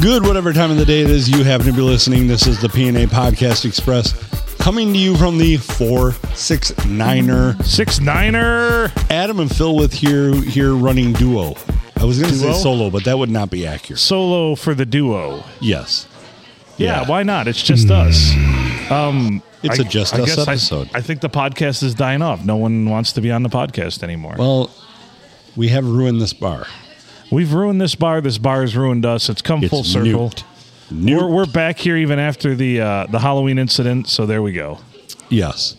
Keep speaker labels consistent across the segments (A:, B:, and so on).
A: Good, whatever time of the day it is you happen to be listening. This is the PNA Podcast Express coming to you from the 469er.
B: Six Niner.
A: Adam and Phil with here, here running duo. I was going to say
B: Duo?
A: solo, but that would not be accurate.
B: Solo for the duo.
A: Yes.
B: Yeah, why not? It's just us.
A: Hmm. It's
B: a
A: a just us episode.
B: I, think the podcast is dying off. No one wants to be on the podcast anymore.
A: well, we have ruined this bar.
B: We've ruined this bar. This bar has ruined us. It's come
A: It's
B: full circle.
A: nuked. Nuked.
B: We're, we're back here even after the uh, the Halloween incident. So there we go.
A: yes.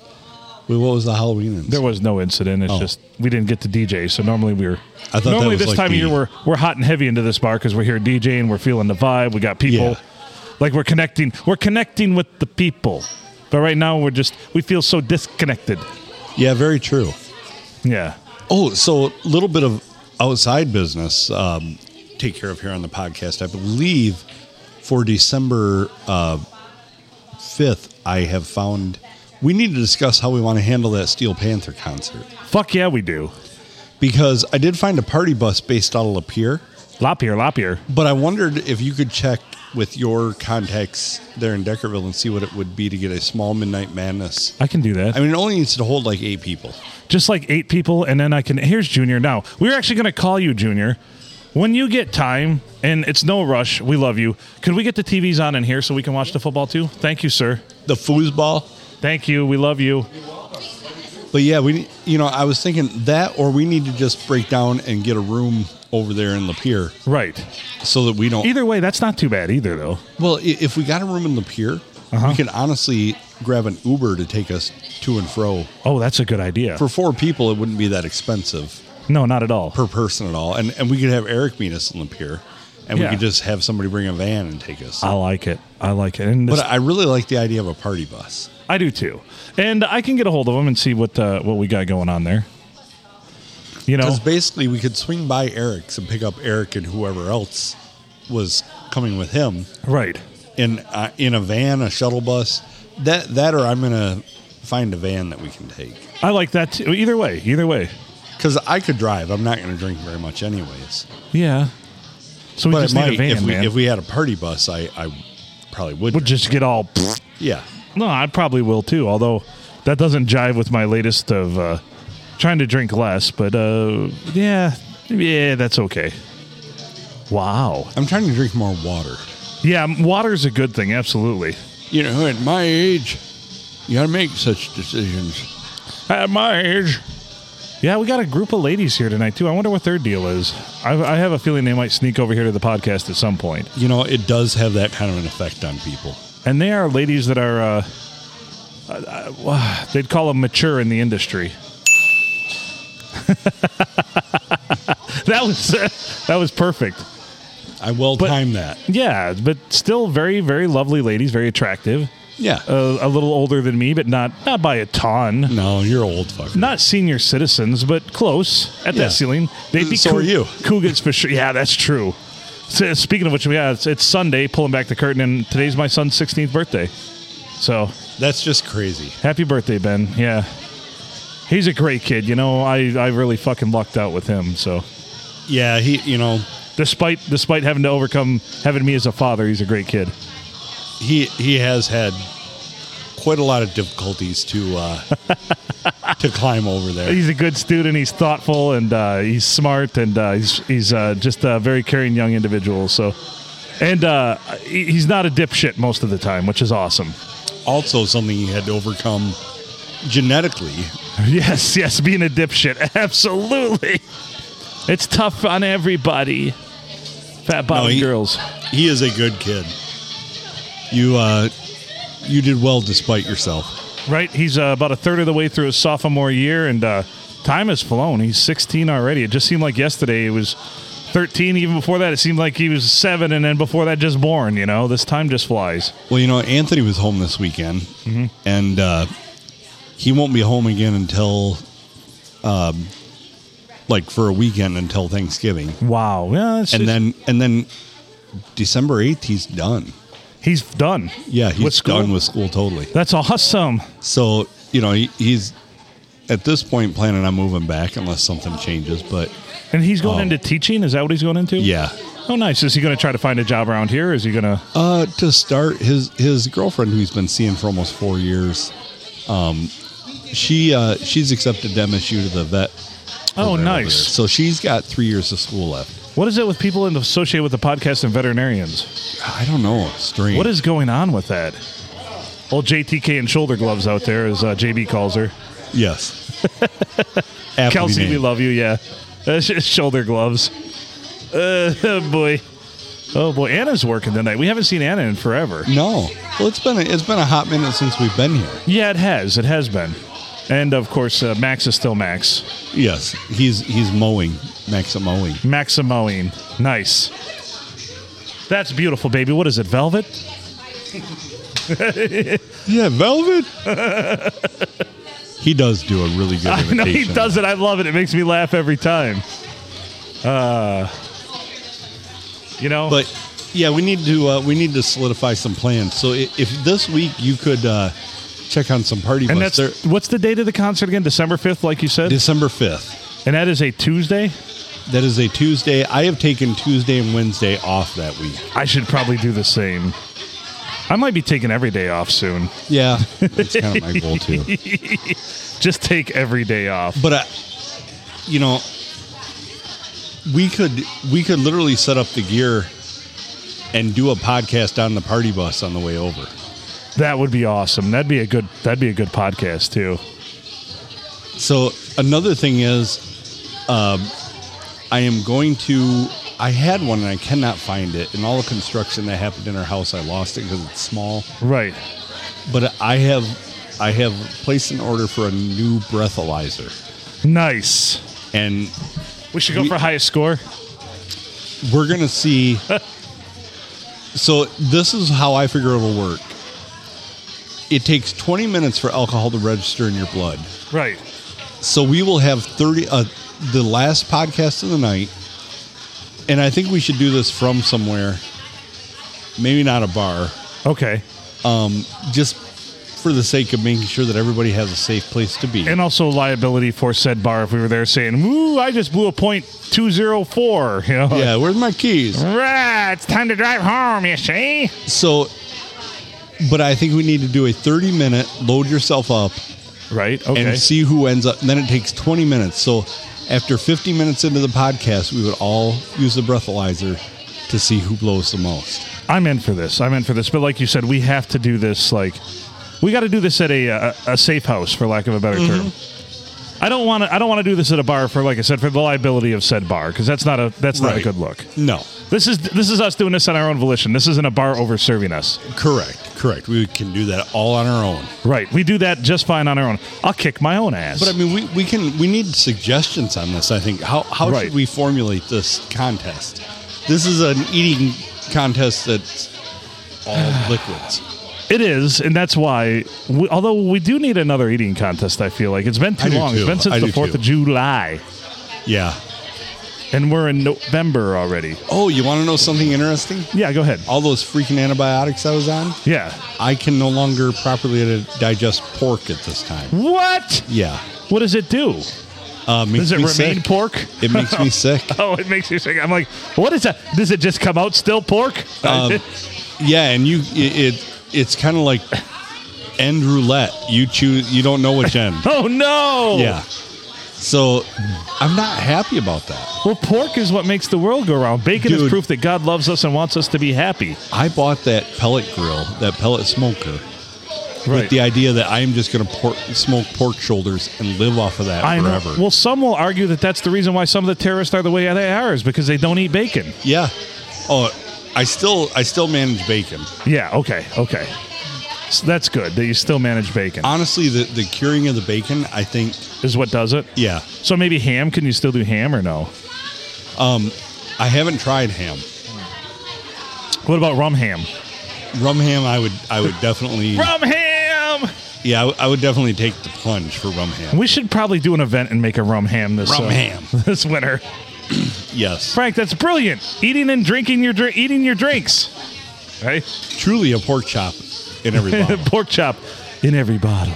A: Well, what was the Halloween? incident?
B: There was no incident. It's
A: Oh.
B: just we didn't get to DJ. So normally we were.
A: I thought that
B: normally
A: was
B: this
A: like
B: time
A: the-
B: of year we're we're hot and heavy into this bar because we're here DJing. We're feeling the vibe. We got people.
A: Yeah.
B: Like we're connecting. We're connecting with the people. But right now we're just we feel so disconnected.
A: yeah, very true.
B: Yeah.
A: Oh, so a little bit of outside business um, take care of here on the podcast. I believe for December uh, 5th, I have found we need to discuss how we want to handle that Steel Panther concert
B: Fuck yeah, we do.
A: because I did find a party bus based out of Lapeer,
B: Lopier, Lopier.
A: but I wondered if you could check with your contacts there in Deckerville and see what it would be to get a small Midnight Madness.
B: I can do that.
A: I mean, it only needs to hold like eight people.
B: just like eight people, and then I can. Here's Junior now. We're actually going to call you Junior when you get time, and it's no rush. We love you. Could we get the TVs on in here so we can watch the football too? Thank you, sir.
A: The foosball.
B: Thank you. We love you.
A: But yeah, we you know I was thinking that, or we need to just break down and get a room over there in Lapeer
B: Right.
A: so that we don't.
B: Either way, that's not too bad either, though.
A: well, i- if we got a room in Lapeer, we can honestly grab an Uber to take us to and fro.
B: Oh, that's a good idea.
A: For four people, it wouldn't be that expensive
B: no, not at all.
A: per person at all, and and we could have Eric meet us in Lapeer, and
B: Yeah. Uh,
A: we could just have somebody bring a van and take us.
B: I like it. I like it. And this,
A: but I really like the idea of a party bus.
B: I do too. And I can get a hold of them and see what uh, what we got going on there. You know,
A: Because basically, we could swing by Eric's and pick up Eric and whoever else was coming with him,
B: right.
A: in uh, in a van, a shuttle bus. That that or I'm gonna find a van that we can take
B: I like that too. Either way, either way.
A: because I could drive. I'm not gonna drink very much anyways.
B: Yeah. So we
A: But
B: just
A: it might,
B: need a van,
A: if we
B: man.
A: if we had a party bus, I I probably would.
B: we'll
A: drink.
B: just get all.
A: yeah,
B: No, I probably will too. Although that doesn't jive with my latest of uh, trying to drink less. But uh, yeah, yeah, that's okay. Wow.
A: I'm trying to drink more water.
B: Yeah, m- water's a good thing. Absolutely.
A: You know, at my age, you gotta make such decisions.
B: At my age. Yeah, we got a group of ladies here tonight too. I wonder what their deal is. I, I have a feeling they might sneak over here to the podcast at some point.
A: You know, it does have that kind of an effect on people.
B: And they are ladies that are, uh, uh, uh, they'd call them mature in the industry. that was that was perfect.
A: I will time that.
B: Yeah, but still very very lovely ladies, very attractive.
A: Yeah.
B: Uh, a little older than me, but not not by a ton.
A: no, you're old fucker.
B: Not senior citizens, but close at
A: Yeah.
B: that ceiling. They'd be
A: So are you.
B: Cougars for sure. Yeah, that's true. So, speaking of which, yeah, it's, it's Sunday. Pulling back the curtain, and today's my son's 16th birthday. So
A: That's just crazy.
B: Happy birthday, Ben. Yeah. He's a great kid. You know, I, I really fucking lucked out with him. So,
A: Yeah, he. You know,
B: despite despite having to overcome having me as a father, he's a great kid.
A: he he has had quite a lot of difficulties to uh, to climb over there.
B: He's a good student. He's thoughtful and uh, he's smart and uh, he's he's uh, just a very caring young individual. So, and uh, he- he's not a dipshit most of the time, which is awesome.
A: Also, something he had to overcome genetically.
B: Yes, yes, being a dipshit, absolutely. It's tough on everybody. Fat bottom
A: he-
B: girls.
A: He is a good kid. You uh, you did well despite yourself.
B: Right, he's uh, about a third of the way through his sophomore year, and uh, time has flown. He's 16 already. It just seemed like yesterday he was 13. Even before that, it seemed like he was seven, and then before that, just born. You know, this time just flies.
A: Well, you know, Anthony was home this weekend, and uh, he won't be home again until. Um, like for a weekend until Thanksgiving,
B: Wow. Yeah, it's
A: and
B: just-
A: then and then December eighth he's done.
B: he's done.
A: Yeah,
B: With
A: he's
B: school?
A: done with school totally.
B: That's awesome.
A: So you know he, he's at this point planning on moving back unless something changes. But
B: And he's going
A: Oh.
B: into teaching. Is that what he's going into?
A: yeah,
B: Oh, nice. Is he going to try to find a job around here? Is he going to?
A: Uh, to start, his his girlfriend, who he's been seeing for almost four years, um, she uh, she's accepted to MSU to the vet.
B: Oh,
A: program over
B: nice.
A: there. So she's got three years of school left.
B: What is it with people in- associated with the podcast and veterinarians?
A: I don't know. Strange.
B: What is going on with that? Old JTK and shoulder gloves out there, as uh, JB calls her.
A: Yes. Aptly
B: Kelsey, we
A: named.
B: love you. Yeah, That's just shoulder gloves. Uh, oh boy, oh boy, Anna's working tonight. We haven't seen Anna in forever.
A: No. Well, it's been a, it's been a hot minute since we've been here.
B: Yeah, it has. It has been. And of course, uh, Max is still Max.
A: Yes. He's he's mowing. Max a mowing.
B: Maximoing. Nice. That's beautiful, baby. What is it, velvet?
A: Yeah, velvet. he does do a really good
B: I
A: imitation.
B: know he does it. I love it. It makes me laugh every time. Uh, you know,
A: But yeah, we need to uh, we need to solidify some plans. So i- if this week you could uh, check on some party
B: and
A: bus,
B: that's
A: there,
B: what's the date of the concert again? December fifth, like you said,
A: December fifth.
B: and that is a Tuesday.
A: That is a Tuesday. I have taken Tuesday and Wednesday off that week.
B: I should probably do the same. I might be taking every day off soon.
A: Yeah, that's kind of my goal too.
B: Just take every day off.
A: But I, you know, we could we could literally set up the gear and do a podcast on the party bus on the way over.
B: That would be awesome. That'd be a good. That'd be a good podcast too.
A: So another thing is, um, I am going to. I had one and I cannot find it. And all the construction that happened in our house, I lost it because it's small.
B: Right.
A: But I have, I have placed an order for a new breathalyzer,
B: Nice.
A: and
B: We should go
A: We-
B: for highest score.
A: we're gonna see. so this is how I figure it'll work. It takes 20 minutes for alcohol to register in your blood.
B: Right.
A: So we will have 30, uh, the last podcast of the night. And I think we should do this from somewhere, maybe not a bar,
B: Okay.
A: just for the sake of making sure that everybody has a safe place to be.
B: And also liability for said bar if we were there saying, "Woo, I just blew a point two zero four. You know.
A: yeah, where's my keys?
B: Right. It's time to drive home. You see.
A: So, but I think we need to do a 30 minute load yourself up
B: Right. Okay.
A: and see who ends up. Then it takes 20 minutes. So after 50 minutes into the podcast, we would all use the breathalyzer to see who blows the most.
B: I'm in for this. I'm in for this. But like you said, we have to do this. Like, we got to do this at a, a a safe house, for lack of a better term.
A: Mm-hmm.
B: I don't want to. I don't want to do this at a bar for, like I said, for the liability of said bar, because that's not a that's not a
A: Right.
B: good look.
A: No.
B: This is this is us doing this on our own volition. This isn't a bar over serving us.
A: Correct, correct. We can do that all on our own.
B: Right. We do that just fine on our own. I'll kick my own ass.
A: But I mean, we, we can we need suggestions on this. I think how how
B: Right.
A: should we formulate this contest? This is an eating contest that's all liquids.
B: It is, and that's why. We, although we do need another eating contest, I feel like it's been
A: I
B: too
A: do
B: long.
A: too.
B: It's been since
A: I
B: the
A: do
B: Fourth
A: too.
B: of July,
A: Yeah.
B: and we're in November already.
A: Oh, you want to know something interesting?
B: Yeah, go ahead.
A: All those freaking antibiotics I was on,
B: Yeah.
A: I can no longer properly digest pork at this time.
B: What?
A: Yeah.
B: What does it do?
A: Uh, makes
B: Does it
A: me
B: remain
A: sick.
B: pork?
A: It makes me sick.
B: Oh, it makes you sick. I'm like, what is that? Does it just come out still pork?
A: Um, Yeah, and you it, it it's kind of like end roulette. You choose. You don't know which end.
B: oh no!
A: Yeah. So I'm not happy about that.
B: Well, pork is what makes the world go round. Bacon is
A: Dude.
B: proof that God loves us and wants us to be happy.
A: I bought that pellet grill, that pellet smoker,
B: Right.
A: with the idea that I'm just going to por- smoke pork shoulders and live off of that
B: I know.
A: forever.
B: Well, some will argue that that's the reason why some of the terrorists are the way they are is because they don't eat bacon.
A: yeah. Oh, I still I still manage bacon.
B: Yeah. Okay. Okay. So that's good that you still manage bacon.
A: Honestly, the the curing of the bacon, I think,
B: Is what does it.
A: yeah.
B: So maybe ham? Can you still do ham or no?
A: I haven't tried ham.
B: What about rum ham?
A: Rum ham, I would I would definitely
B: Rum ham.
A: yeah, I would- I would definitely take the plunge for rum ham.
B: We should probably do an event and make a rum ham this uh,
A: Rum ham.
B: this winter.
A: Yes.
B: Frank, that's brilliant. Eating and drinking your dr- eating your drinks. Right?
A: Truly a pork chop in every bottle.
B: Pork chop in every bottle.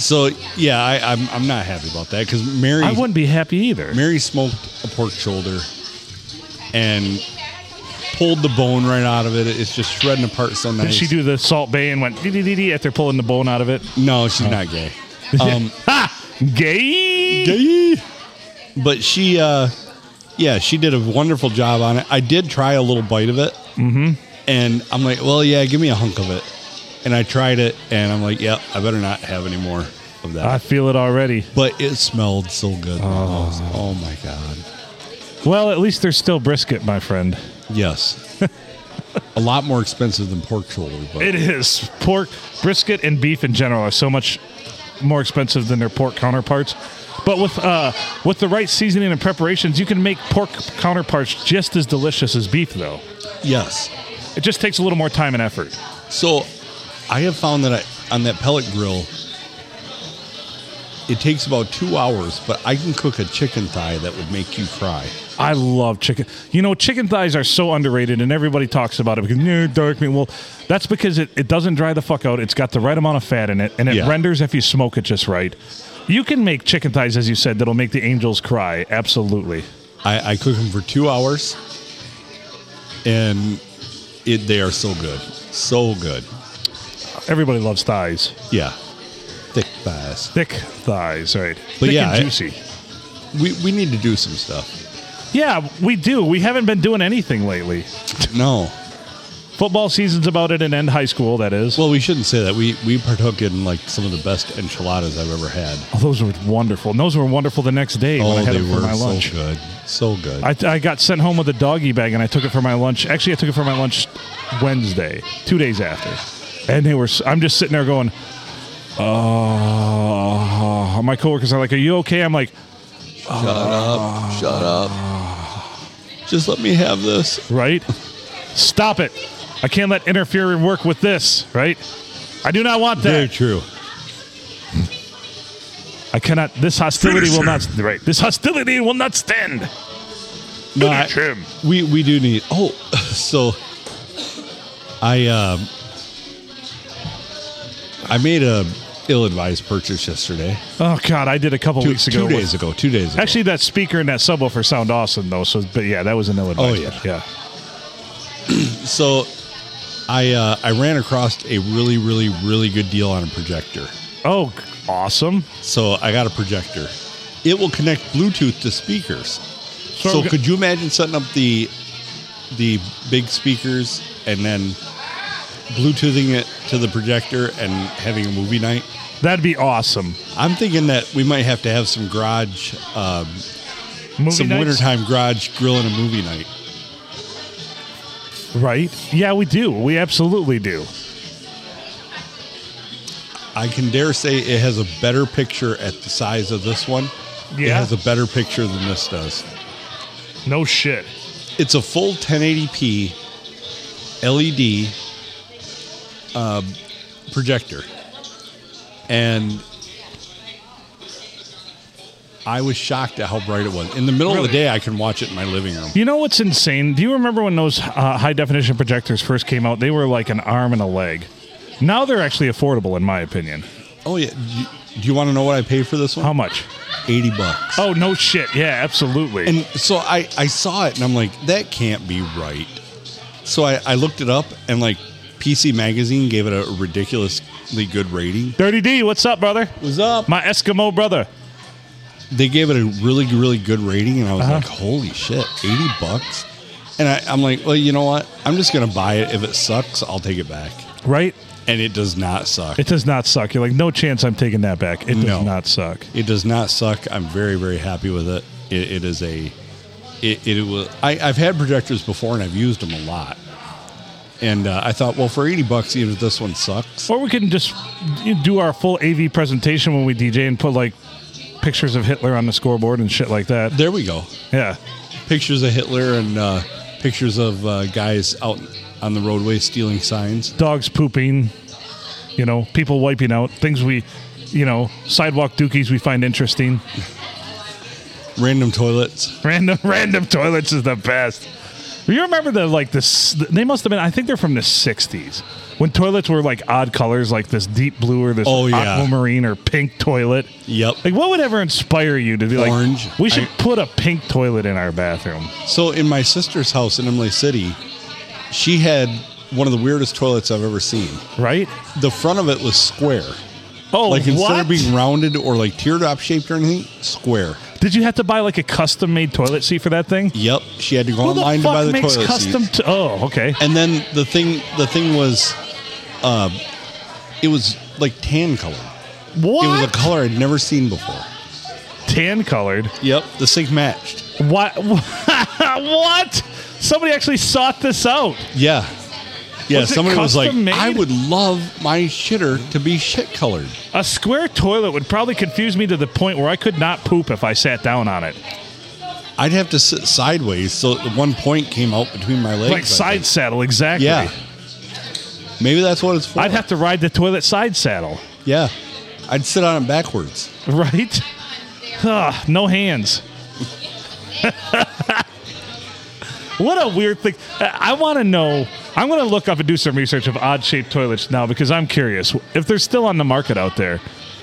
A: So yeah, I, I'm I'm not happy about that because Mary
B: I wouldn't be happy either.
A: Mary smoked a pork shoulder, and pulled the bone right out of it. It's just shredding apart so nice.
B: Did she do the Salt Bay and went dee dee dee dee after pulling the bone out of it?
A: No, she's
B: Oh.
A: not gay. Um,
B: Ha! Gay.
A: gay. But she, uh, yeah, she did a wonderful job on it. I did try a little bite of it, mm-hmm. and I'm like, well, yeah, give me a hunk of it. And I tried it, and I'm like, yeah, I better not have any more of that.
B: I feel it already.
A: but it smelled so good. Oh. oh my god.
B: Well, at least there's still brisket, my friend.
A: Yes. a lot more expensive than pork shoulder, but
B: It is pork brisket and beef in general are so much more expensive than their pork counterparts. But with uh, with the right seasoning and preparations, you can make pork counterparts just as delicious as beef, though.
A: yes.
B: It just takes a little more time and effort.
A: So I have found that I, on that pellet grill, it takes about two hours, but I can cook a chicken thigh that would make you cry.
B: I love chicken. You know, chicken thighs are so underrated, and everybody talks about it because no dark meat. Well, that's because it, it doesn't dry the fuck out. It's got the right amount of fat in it, and it
A: Yeah.
B: renders if you smoke it just right. You can make chicken thighs, as you said, that'll make the angels cry. Absolutely.
A: I, I cook them for two hours, and it they are so good, so good.
B: Everybody loves thighs.
A: Yeah, thick thighs.
B: thick thighs, right?
A: But
B: thick
A: yeah,
B: and
A: I-
B: juicy.
A: We we need to do some stuff.
B: yeah, we do. We haven't been doing anything lately.
A: No,
B: Football season's about at an end. High school, that is.
A: well we shouldn't say that. We we partook in like some of the best enchiladas I've ever had.
B: Oh, those were wonderful. And those were wonderful the next day when I
A: Oh,
B: had
A: they
B: them for
A: were
B: my
A: so
B: lunch.
A: good, so good.
B: I, I got sent home with a doggy bag and I took it for my lunch. Actually, I took it for my lunch Wednesday, two days after. And they were, s- I'm just sitting there going, oh, my coworkers are like, are you okay? I'm like,
A: Shut up. Just let me have this.
B: right? Stop it. I can't let interfering work with this, right? I do not want that.
A: Very true.
B: I cannot. This hostility will not. Right. This hostility will not stand.
A: No,
B: Finish
A: I-
B: him.
A: we we do need. Oh, so I um I made a ill-advised purchase yesterday.
B: Oh God, I did a couple
A: Two,
B: weeks ago.
A: two days ago. Two days ago.
B: Actually, that speaker and that subwoofer sound awesome though. So, but yeah, that was an ill
A: Oh,
B: advised.
A: yeah.
B: yeah.
A: so I uh, I ran across a really really really good deal on a projector.
B: Oh, g- awesome.
A: So I got a projector. It will connect Bluetooth to speakers.
B: So,
A: So
B: g-
A: could you imagine setting up the the big speakers and then Bluetoothing it to the projector and having a movie night?
B: that'd be awesome.
A: I'm thinking that we might have to have some garage, um,
B: Movie
A: some
B: nights?
A: wintertime garage grill and a movie night.
B: right? Yeah, we do. We absolutely do.
A: I can dare say it has a better picture at the size of this one. It
B: Yeah.
A: has a better picture than this does.
B: No shit.
A: It's a full 1080p LED um, projector, and I was shocked at how bright it was. In the middle of the
B: Really?
A: day, I can watch it in my living room.
B: You know what's insane? Do you remember when those uh, high definition projectors first came out? They were like an arm and a leg. Now they're actually affordable, in my opinion.
A: Oh yeah, do you, do you want to know what I paid for this one?
B: How much?
A: Eighty bucks.
B: Oh no shit! Yeah, absolutely.
A: And so I, I saw it and I'm like, that can't be right. So I, I looked it up and like PC Magazine gave it a ridiculously good rating.
B: Dirty D, what's up, brother?
A: Was up.
B: My Eskimo brother.
A: They gave it a really, really good rating and I was like, holy shit, 80 bucks? And I, I'm like, well, you know what? I'm just going to buy it. If it sucks, I'll take it back.
B: Right?
A: And it does not suck.
B: It does not suck. You're like, no chance I'm taking that back. It does
A: No.
B: not suck.
A: It does not suck. I'm very, very happy with it. It, it is a, it, it will. I, I've had projectors before and I've used them a lot. And uh, I thought, well, for eighty bucks, even if this one sucks,
B: Or we can just do our full AV presentation when we DJ and put like pictures of Hitler on the scoreboard and shit like that.
A: there we go.
B: Yeah.
A: Pictures of Hitler and uh, pictures of uh, guys out on the roadway stealing signs.
B: Dogs pooping, you know, people wiping out, things we, you know, sidewalk dookies we find interesting.
A: Random toilets.
B: Random random toilets is the best. You remember the like this? They must have been. I think they're from the '60s when toilets were like odd colors, like this deep blue or this
A: Oh, yeah.
B: aquamarine or pink toilet.
A: Yep.
B: Like, what would ever inspire you to be like?
A: Orange.
B: We should
A: I-
B: put a pink toilet in our bathroom.
A: So in my sister's house in Emily City, She had one of the weirdest toilets I've ever seen.
B: right?
A: The front of it was square.
B: Oh,
A: Like instead
B: what?
A: of being rounded or like teardrop shaped or anything, square.
B: Did you have to buy like a custom made toilet seat for that thing?
A: Yep. She had to go
B: Who the
A: online
B: fuck
A: to buy the
B: makes
A: toilet
B: custom?
A: seat.
B: T- oh, okay.
A: And then the thing the thing was uh it was like tan colored.
B: What?
A: It was a color I'd never seen before.
B: tan colored.
A: Yep. The sink matched.
B: What? what? Somebody actually sought this out.
A: Yeah. Yeah,
B: Was it
A: somebody was like,
B: custom made?
A: I would love my shitter to be shit colored.
B: A square toilet would probably confuse me to the point where I could not poop if I sat down on it.
A: I'd have to sit sideways so that one point came out between my legs.
B: Like
A: I
B: side
A: think.
B: saddle, exactly.
A: Yeah. Maybe that's what it's for.
B: I'd have to ride the toilet side saddle,
A: yeah. I'd sit on it backwards.
B: right? Ugh, no hands. what a weird thing. I want to know. I'm going to look up and do some research of odd shaped toilets now because I'm curious if they're still on the market out there.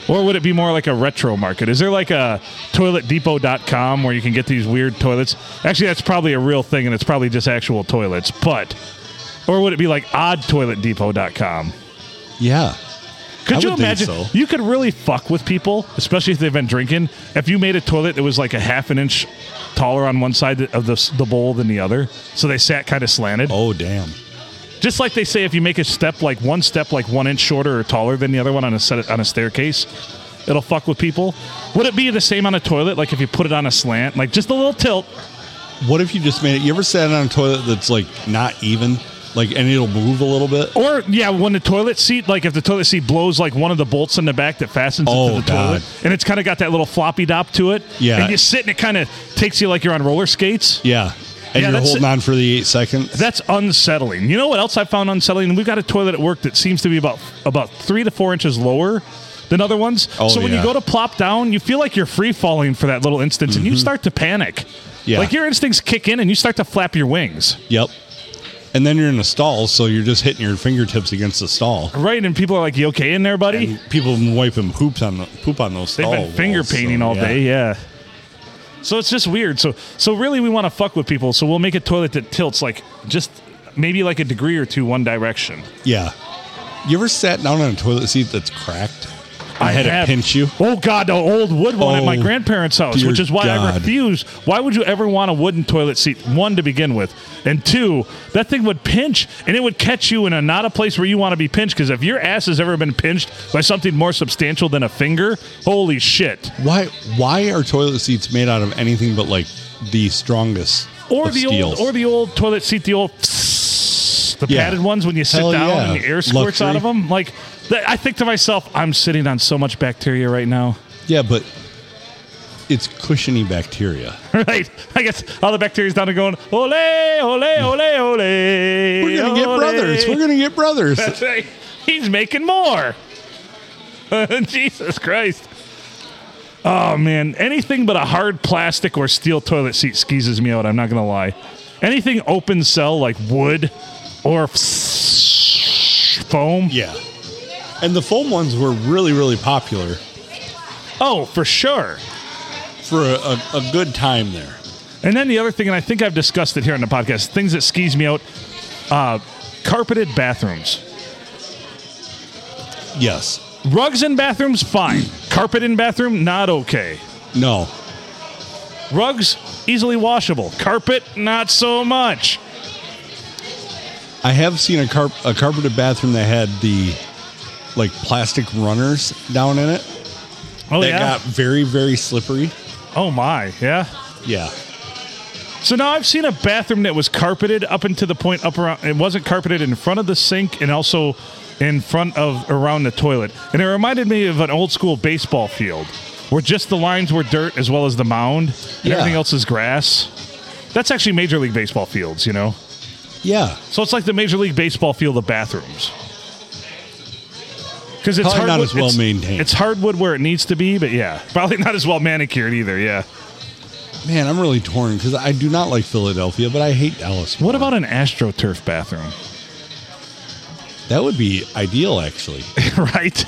B: Or would it be more like a retro market? Is there like a toiletdepot.com where you can get these weird toilets? Actually, that's probably a real thing and it's probably just actual toilets, but. Or would it be like oddtoiletdepot.com?
A: Yeah.
B: Could
A: I
B: you
A: would think
B: imagine?
A: so.
B: You could really fuck with people, especially if they've been drinking. If you made a toilet that was like a half an inch taller on one side of the, the bowl than the other, so they sat kind of slanted,
A: Oh, damn.
B: just like they say if you make a step like one step like one inch shorter or taller than the other one on a set on a staircase, it'll fuck with people. Would it be the same on a toilet? Like if you put it on a slant, like just a little tilt,
A: What if you just made it? You ever sat on a toilet that's like not even? Like, and it'll move a little bit?
B: Or yeah, when the toilet seat, like if the toilet seat blows like one of the bolts in the back that fastens
A: Oh,
B: it to the
A: God.
B: toilet, and it's kind of got that little floppy dop to it.
A: Yeah.
B: and you sit and it kind of takes you like you're on roller skates.
A: Yeah. And
B: Yeah,
A: you're
B: that's-
A: holding on for the eight seconds?
B: That's unsettling. You know what else I found unsettling? We've got a toilet at work that seems to be about about three to four inches lower than other ones.
A: Oh,
B: so when
A: yeah.
B: you go to plop down, you feel like you're free falling for that little instance, and you start to panic.
A: Mm-hmm. Yeah.
B: like your instincts kick in, and you start to flap your wings.
A: Yep. And then you're in a stall, so you're just hitting your fingertips against the stall.
B: Right, and people are like, "You okay in there, buddy?"
A: And people have been wiping poops on the, poop on those
B: They've
A: stalls.
B: been finger painting all day, yeah. So it's just weird. So so really we want to fuck with people, so we'll make a toilet that tilts like just maybe like a degree or two one direction.
A: Yeah. You ever sat down on a toilet seat that's cracked? I had
B: have-
A: it pinch you.
B: Oh god, the old wood one at my
A: Oh,
B: grandparents' house,
A: dear
B: which is why I
A: God.
B: refuse. Why would you ever want a wooden toilet seat? One to begin with, and two, that thing would pinch, and it would catch you in a not a place where you want to be pinched. Because if your ass has ever been pinched by something more substantial than a finger, holy shit.
A: Why? Why are toilet seats made out of anything but like the strongest
B: or
A: of
B: the
A: steel?
B: old or the old toilet seat, the old the
A: Yeah.
B: padded ones when you sit
A: Hell
B: down
A: yeah.
B: and the air squirts out
A: Luxury.
B: of them. Like th- I think to myself, I'm sitting on so much bacteria right now.
A: yeah, but it's cushiony bacteria.
B: Right, I guess all the bacteria's down there going ole ole ole ole.
A: We're gonna get
B: ole."
A: brothers. We're gonna get brothers.
B: That's right. He's making more. Jesus Christ. Oh man, anything but a hard plastic or steel toilet seat skeezes me out. I'm not gonna lie. Anything open cell like wood or foam.
A: yeah. And the foam ones were really, really popular
B: Oh, for sure.
A: for a, a, a good time there.
B: And then the other thing, and I think I've discussed it here on the podcast, things that skis me out: uh, carpeted bathrooms,
A: Yes.
B: rugs in bathrooms, fine. Carpet in bathroom, not okay.
A: No.
B: Rugs, easily washable. Carpet, not so much.
A: I have seen a, carp- a carpeted bathroom that had the like plastic runners down in it
B: Oh,
A: that
B: yeah?
A: got very, very slippery.
B: oh, my. Yeah.
A: Yeah.
B: So now I've seen a bathroom that was carpeted up into the point up around. It wasn't carpeted in front of the sink and also in front of around the toilet. And it reminded me of an old school baseball field where just the lines were dirt as well as the mound and
A: Yeah.
B: everything else is grass. That's actually Major League Baseball fields, you know?
A: Yeah.
B: So it's like the Major League Baseball field of bathrooms. Because it's
A: Probably
B: hardwood,
A: not as well
B: it's-
A: maintained.
B: It's hardwood where it needs to be, but yeah, probably not as well manicured either. Yeah.
A: Man, I'm really torn because I do not like Philadelphia, but I hate Dallas.
B: What about an AstroTurf bathroom?
A: that? Would be ideal, actually.
B: right?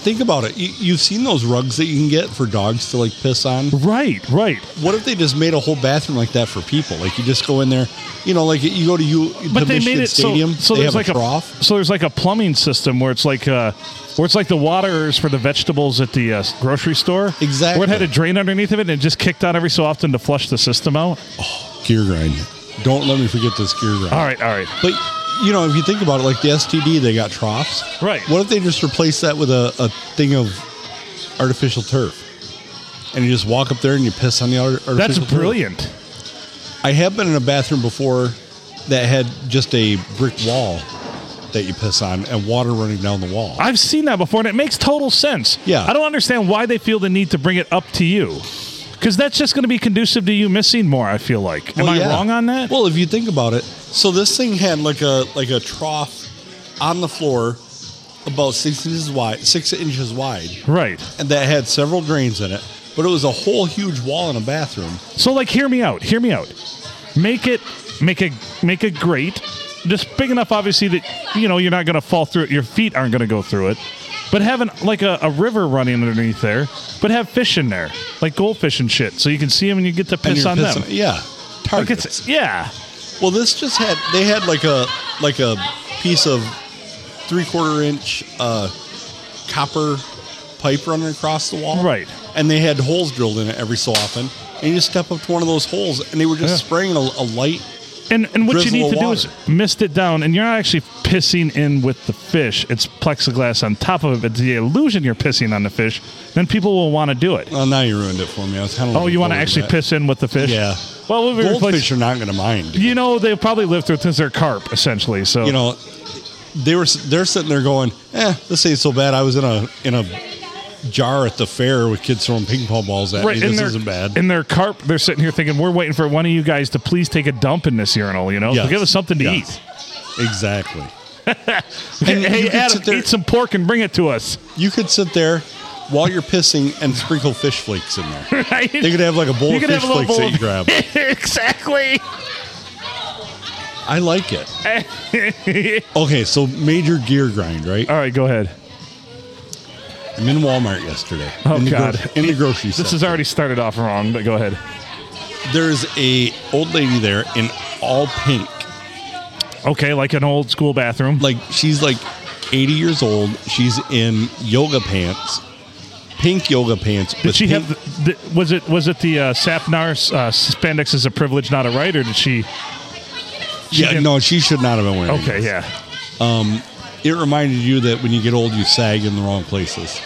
A: think about it. You, you've seen those rugs that you can get for dogs to like piss on.
B: Right, right.
A: What if they just made a whole bathroom like that for people? Like you just go in there, you know, like you go to you
B: But
A: the
B: they
A: Michigan
B: made it
A: Stadium.
B: so, so
A: they
B: there's
A: have
B: like
A: a trough.
B: so there's like a plumbing system where it's like uh, where it's like the water is for the vegetables at the uh, grocery store. Where
A: Exactly.
B: it had a drain underneath of it and it just kicked out every so often to flush the system out.
A: gear grind. Don't let me forget this gear grind.
B: All right, all right.
A: But you know, if you think about it, like the STD, they got troughs.
B: Right.
A: What if they just replace that with a, a thing of artificial turf? And you just walk up there and you piss on the art- artificial
B: That's
A: turf?
B: brilliant.
A: I have been in a bathroom before that had just a brick wall that you piss on and water running down the wall.
B: I've seen that before, and it makes total sense.
A: Yeah.
B: I don't understand why they feel the need to bring it up to you, because that's just going to be conducive to you missing more. I feel like. Am
A: Well,
B: I
A: yeah.
B: wrong on that?
A: Well, if you think about it, so this thing had like a like a trough on the floor, about six inches wide, six inches wide,
B: right.
A: and that had several drains in it. But it was a whole huge wall in a bathroom.
B: So, like, hear me out. Hear me out. Make it, make a, make a grate, just big enough, obviously, that you know you're not going to fall through it. Your feet aren't going to go through it. But have an, like a, a river running underneath there, but have fish in there, like goldfish and shit, so you can see them and you get to
A: And
B: piss
A: you're
B: on
A: pissing-
B: them.
A: Yeah.
B: Like
A: Targets.
B: it's yeah,
A: well, this just had they had like a like a piece of three quarter inch uh, copper pipe running across the wall.
B: Right.
A: And they had holes drilled in it every so often. And you just step up to one of those holes, and they were just
B: Yeah.
A: spraying a, a light
B: and and what you
A: Drizzle
B: need
A: of
B: to do
A: water.
B: is mist it down, and you're not actually pissing in with the fish. It's plexiglass on top of it. It's the illusion you're pissing on the fish. Then people will want to do it.
A: Oh, now you ruined it for me. I was kind of.
B: Oh, you want to actually piss in with the fish?
A: Yeah.
B: Well, we'll be replaced-
A: Goldfish are not going to mind.
B: You know, they probably live through it since they're carp, essentially. So
A: You know, they were they're sitting there going, "Eh, this ain't so bad." I was in a in a jar at the fair with kids throwing ping pong balls at me.
B: and
A: This
B: they're-
A: isn't bad.
B: And their carp, they're sitting here thinking, we're waiting for one of you guys to please take a dump in this urinal. You know,
A: Yes.
B: so give us something to
A: Yes. exactly.
B: eat.
A: And
B: hey,
A: you could
B: Adam,
A: sit there-
B: eat some pork and bring it to us.
A: You could sit there while you're pissing and sprinkle fish flakes in there.
B: Right?
A: They could have like a bowl
B: You
A: of
B: could
A: fish
B: have a little
A: flakes that you
B: bowl
A: grab.
B: exactly.
A: I like it. Okay, so major gear grind, right?
B: All right, go ahead.
A: I'm in Walmart yesterday.
B: Oh,
A: in the
B: God.
A: gro- in the grocery store.
B: This has already started off wrong, but go ahead.
A: There's a old lady there in all pink.
B: Okay, like an old school bathroom.
A: like she's like 80 years old. She's in yoga pants, pink yoga pants.
B: Did she have? The, the, was it was it the uh, Sapnar uh, spandex is a privilege, not a right, or did she? she
A: yeah,
B: didn't-
A: no, she should not have been wearing.
B: Okay,
A: this.
B: yeah.
A: It reminded you that when you get old, you sag in the wrong places.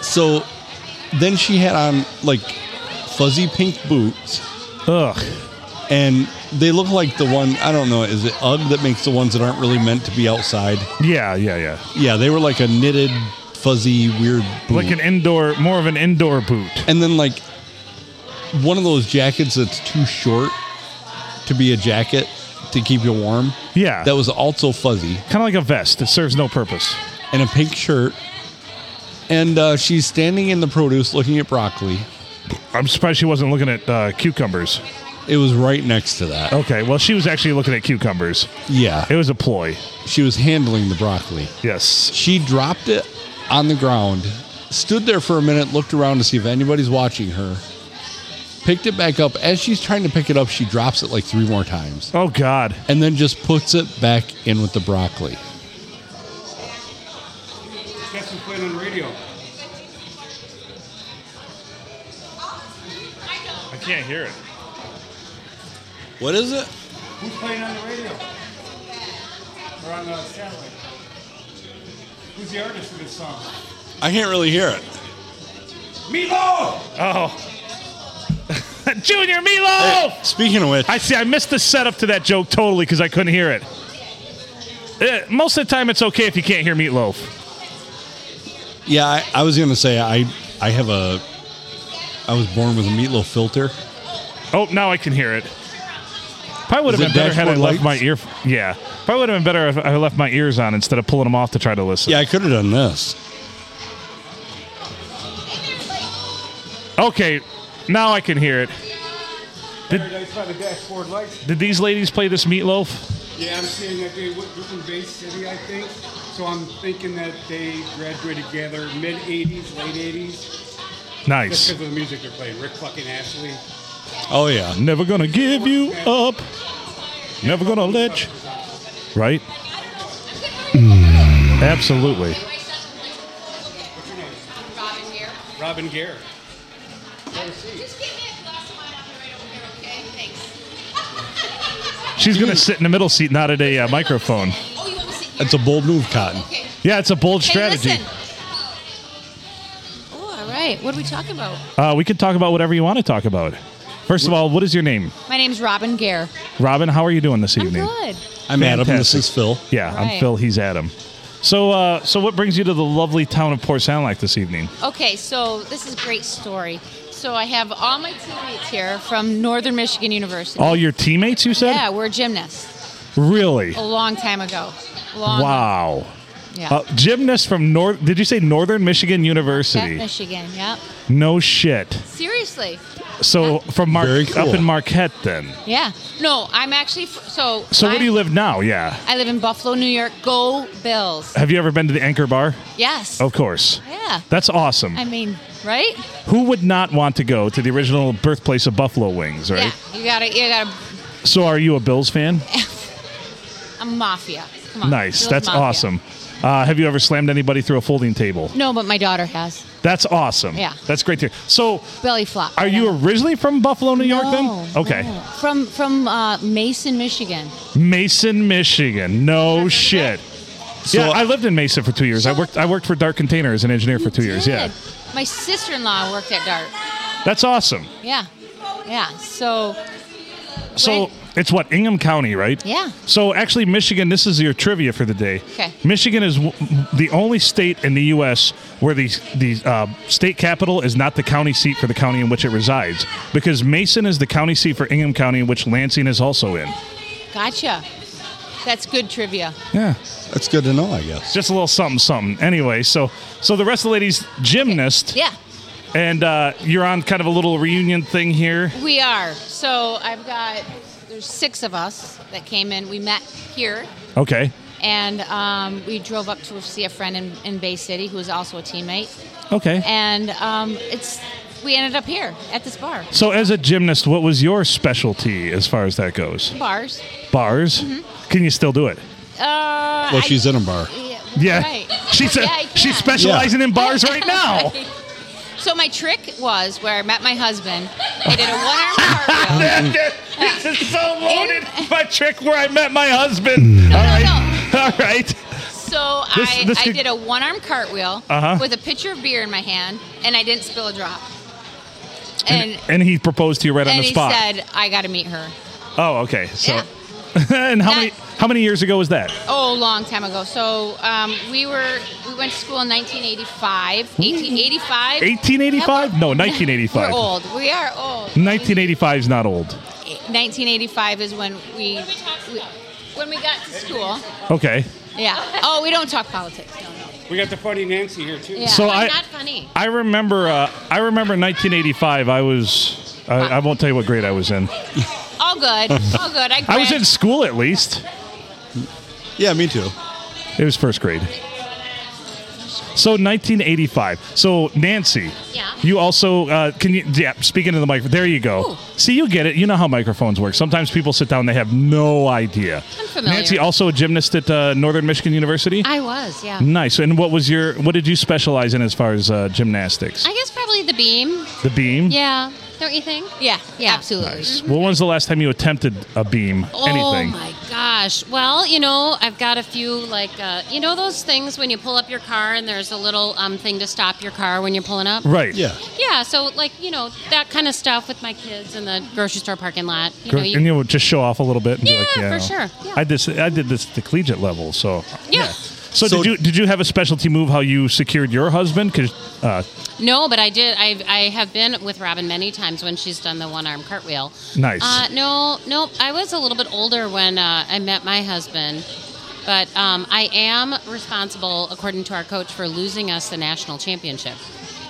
A: So then she had on like fuzzy pink boots,
B: Ugh.
A: and they look like the one I don't know. Is it UGG that makes the ones that aren't really meant to be outside?
B: Yeah, yeah, yeah.
A: Yeah, they were like a knitted, fuzzy, weird boot.
B: Like an indoor, more of an indoor boot.
A: and then like one of those jackets that's too short to be a jacket to keep you warm.
B: Yeah.
A: That was also fuzzy
B: Kind of like a vest. It serves no purpose.
A: and a pink shirt. And uh, she's standing in the produce looking at broccoli.
B: I'm surprised she wasn't looking at uh, cucumbers.
A: It was right next to that.
B: Okay, well, she was actually looking at cucumbers.
A: Yeah.
B: It was a ploy.
A: She was handling the broccoli.
B: Yes.
A: She dropped it on the ground, stood there for a minute, looked around to see if anybody's watching her, picked it back up. As she's trying to pick it up, she drops it like three more times.
B: Oh, God.
A: and then just puts it back in with the broccoli.
C: Guess who's playing on radio?
B: I can't hear it.
A: What is it?
C: Who's playing on the radio? Or on the satellite? Who's the artist of this song?
A: I can't really hear it.
C: Meatloaf!
B: Oh. Junior Meatloaf!
A: Speaking of which,
B: I see. I missed the setup to that joke totally because I couldn't hear it. Eh, most of the time, it's okay if you can't hear Meatloaf.
A: yeah, I, I was gonna say I I have a I was born with a meatloaf filter.
B: Oh, now I can hear it. Probably would
A: Is
B: have
A: it
B: been better had I
A: dashboard
B: left my ear. Yeah, probably would have been better if I left my ears on instead of pulling them off to try to listen.
A: Yeah, I could have done this.
B: Okay, now I can hear it.
C: Paradise by the dashboard lights.
B: Did these ladies play this Meatloaf?
C: Yeah, I'm seeing that they were Brooklyn Bay City, I think. So I'm thinking that they graduated together mid 80s, late 80s, just
B: Nice.
C: because of the music they're playing. Rick fucking Ashley.
A: Oh yeah.
B: Never gonna give you up. Never gonna let you. Right? Absolutely.
C: What's her name?
D: Robin here.
C: Robin Gare.
D: Just give me a glass of wine. I'll be right over here, okay? Thanks.
B: She's gonna sit in the middle seat, not at a uh, microphone.
D: Oh, you want to sit here?
A: That's a bold move, Cotton.
D: Okay.
B: Yeah, it's a bold strategy.
D: Hey, listen. Oh, all right. What are we talking about?
B: Uh, we can talk about whatever you want to talk about. First of all, what is your name?
D: My name's Robin Gare.
B: Robin, how are you doing this
D: I'm
B: evening?
D: good.
A: I'm Adam. This
B: Fantastic.
A: is Phil.
B: Yeah, I'm
D: Right.
B: Phil. He's Adam. So, uh, so what brings you to the lovely town of Port Sound like this evening?
D: Okay, so this is a great story. So I have all my teammates here from Northern Michigan University.
B: All your teammates, you said?
D: yeah, we're gymnasts
B: Really?
D: a long time ago. Long,
B: Wow.
D: Yeah.
B: Uh, gymnast from North? Did you say Northern Michigan
D: At
B: University?
D: Michigan, yep.
B: No shit.
D: Seriously.
B: So from Mar-
A: Very cool.
B: up in Marquette, then.
D: Yeah. No, I'm actually, f- so.
B: So where
D: I'm-
B: do you live now? Yeah.
D: I live in Buffalo, New York. Go Bills.
B: Have you ever been to the Anchor Bar?
D: Yes.
B: Of course.
D: Yeah.
B: That's awesome.
D: I mean, right?
B: Who would not want to go to the original birthplace of Buffalo Wings, right?
D: Yeah. You gotta, you gotta.
B: So are you a Bills fan?
D: I'm mafia. Come on.
B: nice.
D: Bills
B: That's
D: mafia.
B: awesome. Uh, have you ever slammed anybody through a folding table?
D: No, but my daughter has
B: That's awesome.
D: Yeah.
B: That's great to hear. So
D: belly flop.
B: are you originally from Buffalo, New York
D: No,
B: then? Okay.
D: no. From from uh, Mason, Michigan.
B: Mason, Michigan. No shit.
A: So-
B: yeah, I lived in Mason for two years. I worked I worked for Dark Container as an engineer for two years. Yeah.
D: Did. My sister-in-law worked at Dart.
B: That's awesome.
D: Yeah. Yeah. So
B: So
D: Wait.
B: it's what Ingham County, right?
D: Yeah.
B: So actually, Michigan. This is your trivia for the day.
D: Okay.
B: Michigan is w- the only state in the U.S. where the the uh, state capital is not the county seat for the county in which it resides, because Mason is the county seat for Ingham County, in which Lansing is also in.
D: gotcha. That's good trivia.
B: Yeah.
A: That's good to know, I guess.
B: Just a little something, something. Anyway, so so the rest of the ladies gymnast,
D: Yeah.
B: and uh, you're on kind of a little reunion thing here.
D: We are. So I've got there's six of us that came in. We met here.
B: Okay.
D: And um, we drove up to see a friend in, in Bay City who was also a teammate.
B: Okay.
D: and um, it's we ended up here at this bar.
B: so as a gymnast, what was your specialty as far as that goes?
D: Bars.
B: bars.
D: Mm-hmm.
B: Can you still do it?
D: Uh,
A: Well,
D: I-
A: she's in a bar.
D: Yeah,
B: Yeah.
D: Right.
B: She's a,
D: Yeah, I can.
B: she's specializing in bars right now.
D: So my trick was where I met my husband. I did a one-arm cartwheel.
B: this is so loaded. My trick where I met my husband. All right. All right.
D: So
B: This-
D: I,
B: this
D: I
B: could-
D: did a one-arm cartwheel
B: Uh-huh.
D: with a pitcher of beer in my hand, and I didn't spill a drop. And
B: And,
D: and,
B: and he proposed to you right on the
D: he
B: spot.
D: said, "I got to meet her."
B: oh, okay. So,
D: Yeah.
B: and how
D: That-
B: many how many years ago was that?
D: Oh, a long time ago. So um, we were we went to school in 1985, 1885.
B: 1885? No, 1985.
D: We're old. We are old.
B: 1985 is not old.
D: 1985 is when we, we when we got to school.
B: Okay.
D: Yeah. Oh, we don't talk politics. No, no.
C: We got the funny Nancy here, too.
D: Yeah.
B: So
D: I'm
B: I-
D: not funny.
B: I remember. Uh, I remember 1985. I was. I, I won't tell you what grade I was in.
D: All good. All good. I,
B: I was in
D: grad-
B: school at least.
A: Yeah, me too.
B: It was first grade. So 1985. So Nancy,
D: Yeah.
B: you also uh, can you yeah speaking to the mic. There you go.
D: Ooh.
B: See, you get it. You know how microphones work. Sometimes people sit down, they have no idea.
D: I'm familiar.
B: Nancy also a gymnast at uh, Northern Michigan University.
D: I was. Yeah.
B: nice. And what was your what did you specialize in as far as uh, gymnastics?
E: I guess probably the beam.
B: the beam.
E: Yeah, don't you think?
D: Yeah.
E: Yeah.
D: Absolutely.
B: Nice. Well, when's the last time you attempted a beam?
E: Oh
B: Anything?
E: my gosh. Well, you know, I've got a few like uh, you know those things when you pull up your car and there's a little um thing to stop your car when you're pulling up.
B: Right.
A: Yeah.
E: Yeah, so like you know that kind of stuff with my kids in the grocery store parking lot. You
B: Gr-
E: know, you,
B: and you would just show off a little bit. And be like,
E: Yeah,
B: yeah,
E: for sure. Yeah.
B: I did. I did this at the collegiate level. So
E: yeah.
B: So,
A: So-
B: did you did you have a specialty move how you secured your husband? Because uh,
E: No, but I did. I I have been with Robin many times when she's done the one arm cartwheel.
B: Nice.
E: Uh, no, no, I was a little bit older when uh, I met my husband, but um, I am responsible, according to our coach, for losing us the national championship.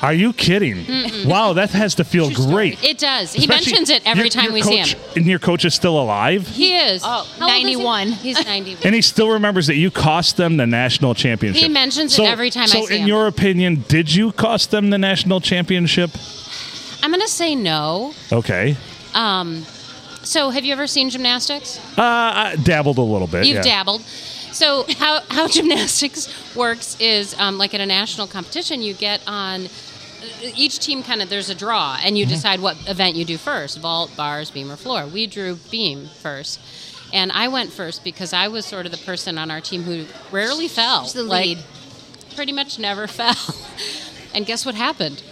B: Are you kidding? Wow, that has to feel
D: True story.
B: great.
D: It does. He
B: Especially-
D: mentions it every
B: your-
D: time
B: your
D: we see
B: coach,
D: him.
B: And your coach is still alive?
D: He is.
F: Oh,
D: How old is he?
F: 91.
D: He's 91.
B: And he still remembers that you cost them the national championship.
D: He mentions it every time I
B: so
D: see
B: in
D: him.
B: your opinion, did you cost them the national championship?
D: I'm going to say no.
B: Okay.
D: Um, so, have you ever seen gymnastics?
B: Uh, I dabbled a little bit.
D: You've
B: yeah.
D: dabbled. So, how, how gymnastics works is um, like at a national competition, you get on uh, each team kind of there's a draw, and
B: Mm-hmm.
D: you decide what event you do first vault, bars, beam, or floor. We drew beam first. And I went first because I was sort of the person on our team who rarely fell.
F: She's the
D: Like,
F: lead.
D: pretty much never fell. and guess what happened?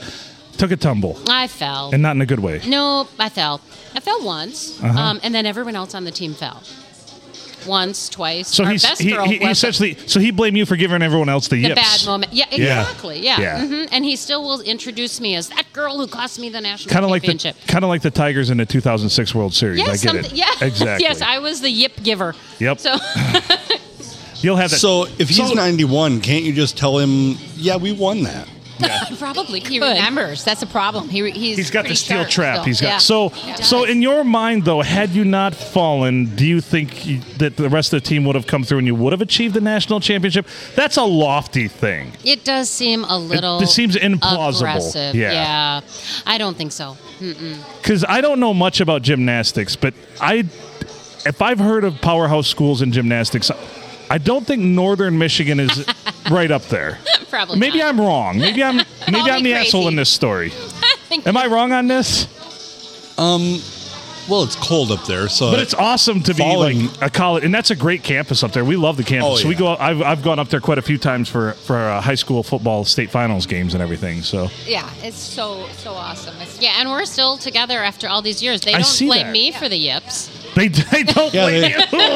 B: Took a tumble.
D: I fell.
B: And Uh-huh. not in a good way.
D: No, I fell. I fell once, um, and then everyone else on the team fell. Once, twice.
B: So
D: Our
B: he's,
D: best
B: he,
D: girl
B: he, he
D: was
B: essentially so he blamed you for giving everyone else the,
D: the
B: yips.
D: bad moment. Yeah,
B: Yeah.
D: exactly. Yeah.
B: Yeah.
D: hmm And he still will introduce me as that girl who cost me the national
B: Kind of like the
D: championship.
B: kind of like the Tigers in the 2006 World Series.
D: yeah,
B: I get
D: something.
B: it.
D: Yeah.
B: Exactly.
D: yes, I was the yip giver.
B: Yep.
D: So
B: You'll have that.
A: So if he's
B: So-
A: 91, can't you just tell him, yeah, we won that?
D: probably could.
F: He remembers. That's a problem. He re- he's
B: He's got the
F: pretty
B: steel
F: sharp
B: trap.
F: still.
B: He's got
F: Yeah.
B: so
F: Yeah.
B: so. In your mind, though, had you not fallen, do you think you- that the rest of the team would have come through and you would have achieved the national championship? That's a lofty thing.
D: It does seem a little.
B: it seems implausible.
D: Aggressive.
B: Yeah.
D: yeah. I don't think so.
B: Because I don't know much about gymnastics, but I, if I've heard of powerhouse schools in gymnastics, I don't think Northern Michigan is right up there.
D: Probably.
B: Maybe
D: not.
B: I'm wrong. Maybe I'm maybe I'm
F: me
B: the
F: crazy.
B: asshole in this story.
D: think-
B: Am I wrong on this?
A: Well, it's cold up there, so
B: But it's awesome to be
A: Falling-
B: like a college, and that's a great campus up there. We love the campus.
A: Oh,
B: So we
A: yeah.
B: go. I've, I've gone up there quite a few times for for uh, high school football state finals games and everything. So
F: yeah, it's so so awesome. It's,
D: Yeah, and we're still together after all these years. They
B: I
D: don't
B: see
D: blame
B: that.
D: me for the yips.
B: they, they don't
A: Yeah,
B: blame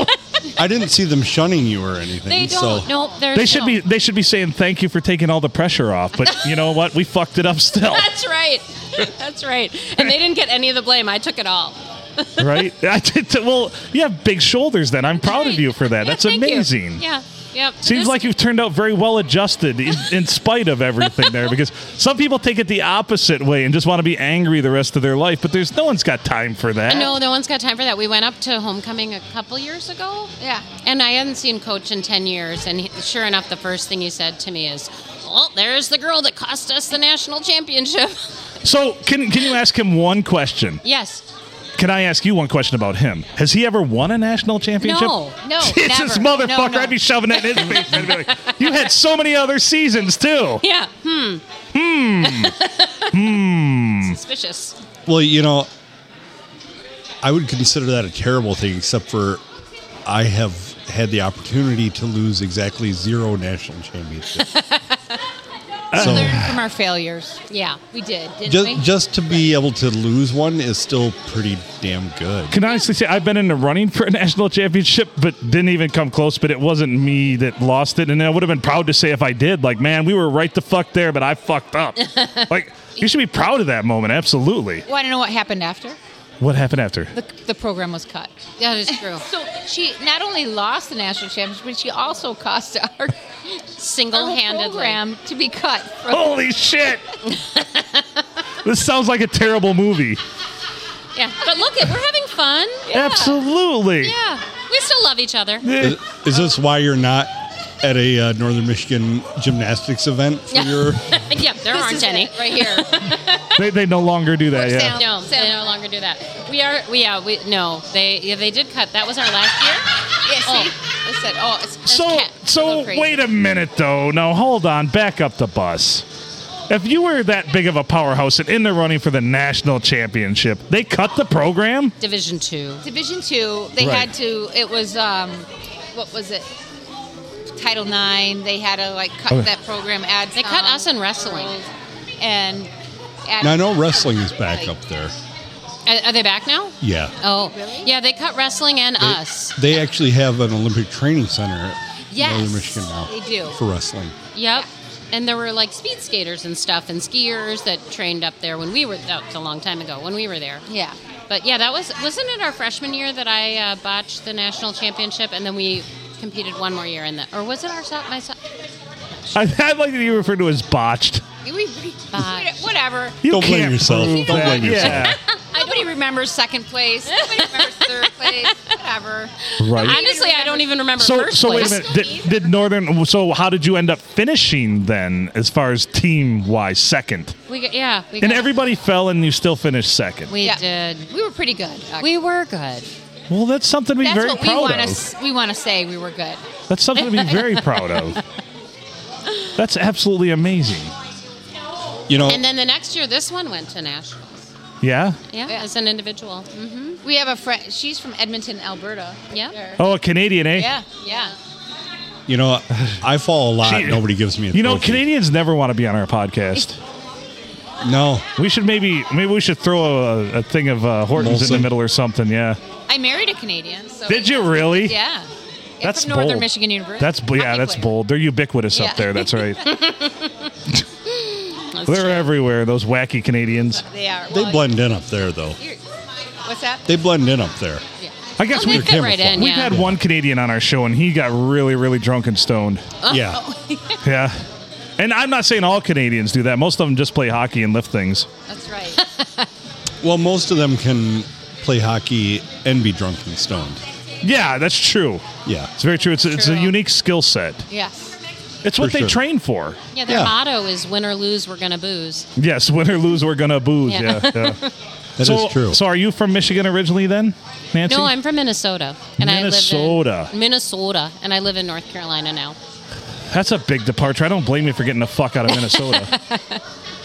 B: you.
A: I didn't see them shunning you or anything.
D: They don't.
A: So
D: no, they're
B: They should
D: still-
B: be they should be saying thank you for taking all the pressure off. But you know what? We fucked it up still,
D: That's right. That's right. And they didn't get any of the blame. I took it all.
B: right? I did t- well, you have big shoulders. Then I'm proud of you for that.
D: Yeah,
B: That's
D: thank you.
B: amazing.
D: Yeah. Yep.
B: Seems
D: There's-
B: like you've turned out very well adjusted in, in spite of everything there because some people take it the opposite way and just want to be angry the rest of their life, but there's no one's got time for that.
D: No, no one's got time for that. We went up to homecoming a couple years ago.
F: Yeah.
D: And I hadn't seen Coach in 10 years. And he, sure enough, the first thing he said to me is, Well, there's the girl that cost us the national championship.
B: So, can can you ask him one question?
D: yes.
B: Can I ask you one question about him? Has he ever won a national championship?
D: No,
F: no,
B: Jesus,
F: never.
B: motherfucker!
F: No, no.
B: I'd be shoving that in his face. I'd be like, "You had so many other seasons too."
D: Yeah. Hmm. Hmm. hmm. Suspicious.
A: well, you know, I would consider that a terrible thing, except for I have had the opportunity to lose exactly zero national championships. so
F: learn from our failures.
D: Yeah.
F: We did, didn't we?
A: just just to be able to lose one is still pretty damn good.
B: Can honestly say I've been in the running for a national championship, but didn't even come close. But it wasn't me that lost it, and I would have been proud to say if I did. Like, man, we were right the fuck there, but I fucked up. like, you should be proud of that moment. Absolutely.
F: Want to know what happened after?
B: What happened after?
F: The, the program was cut.
D: That is true.
F: So she not only lost the national championship, but she also cost our,
D: Single
F: our whole
D: handedly.
F: program to be cut. From,
B: Holy shit! this sounds like a terrible movie.
D: Yeah. But look it, we're having fun.
B: Absolutely.
D: Yeah. We still love each other.
B: Eh,
A: Is, is this why you're not at a uh, Northern Michigan gymnastics event for your?
D: yeah, there
F: This
D: aren't
F: is
D: any.
F: it Um, right here.
B: They, they no longer do that.
F: Works
B: Yeah.
F: out.
D: No, they no longer do that. We are, we, yeah, we, no, they, yeah, they did cut. That was our last year.
F: yeah, see,
D: Oh.
F: I said, oh, it's,
B: So
D: cat-
B: so
D: go crazy.
B: wait a minute though. Now hold on, back up the bus. If you were that big of a powerhouse and in the running for the national championship, they cut the program.
D: Division two.
F: Division two, they
B: Right.
F: had to. It was um, what was it? Title Nine. They had to like cut
B: Okay.
F: that program. Add
D: They cut
F: some
D: us in wrestling.
F: rules and add
A: Now I know wrestling is back up there.
D: Are, are they back now?
A: Yeah.
D: Oh,
F: Really?
D: yeah, they cut wrestling and
A: They-
D: us.
A: They actually have an Olympic training center at
D: Yes,
A: Northern Michigan now.
F: they do.
A: for wrestling.
D: Yep. And there were like speed skaters and stuff and skiers that trained up there when we were, that was a long time ago, when we were there.
F: Yeah.
D: But yeah, that was, wasn't it our freshman year that I uh, botched the national championship and then we competed one more year in that? Or was it our, so- my, so-
B: I, I like that you referred to it as botched.
F: We, we whatever.
B: You
A: Don't blame
B: can't
A: yourself.
B: prove
A: Don't
B: that.
A: blame yourself.
F: Nobody remembers second place. Nobody remembers third place. Whatever.
B: Yeah. Right.
D: Honestly, I don't even remember
B: So,
D: first
B: so wait
D: place.
B: a minute. Did, did Northern? So, how did you end up finishing then, as far as team wise, second?
D: We got, yeah, we
B: And
D: got-
B: everybody fell, and you still finished second.
D: we
F: Yeah.
D: did.
F: We were pretty good. actually.
D: We were good.
B: Well, that's something to be
F: That's
B: very
F: what we
B: proud
F: want
B: of.
F: to. We want to say we were good.
B: That's something to be very proud of. That's absolutely amazing.
A: You know,
D: And then the next year, this one went to nationals.
B: Yeah.
D: Yeah,
F: Yeah. Mm-hmm.
D: as an individual. hmm
F: We have a friend. She's from Edmonton, Alberta. right
D: Yeah.
F: there.
B: Oh, a Canadian, eh?
F: Yeah. Yeah.
A: you know, I fall a lot.
B: Gee.
A: Nobody gives me. A
B: You know,
A: trophy.
B: Canadians never want to be on our podcast.
A: No,
B: We should maybe maybe we should throw a, a thing of uh, Hortons in
A: Molson.
B: the middle or something. Yeah.
F: I married a Canadian. So
B: Did you really?
F: Yeah. And
B: That's
F: from Northern
B: bold.
F: Michigan University.
B: That's yeah,
F: Hockey
B: that's
F: player.
B: bold. They're ubiquitous
F: Yeah.
B: up there. That's right. They're everywhere. Those wacky Canadians.
F: They are.
A: they
F: Well,
A: blend in up there though.
F: you're- What's that?
A: They blend in up there.
B: I guess
D: Well,
B: we
D: they fit right in.
B: We've
D: yeah.
B: had one Canadian on our show, and he got really, really drunk and stoned.
A: Yeah,
B: Yeah. And I'm not saying all Canadians do that. Most of them just play hockey and lift things.
F: That's right.
A: Well, most of them can play hockey and be drunk and stoned.
B: Yeah, that's true.
A: Yeah.
B: It's very true. It's, it's a
F: True.
B: unique skill set.
F: yes.
B: It's what
A: For
B: they
A: sure.
B: train for.
D: Yeah, their
A: Yeah.
D: motto is win or lose, we're going to booze.
B: Yes, win or lose, we're gonna booze. Yeah,
D: Yeah.
B: yeah.
A: that is
B: so,
A: true.
B: So, are you from Michigan originally, then, Nancy?
D: No, I'm from Minnesota. And I
B: Minnesota.
D: live in Minnesota. And I live in North Carolina now.
B: That's a big departure. I don't blame you for getting the fuck out of Minnesota.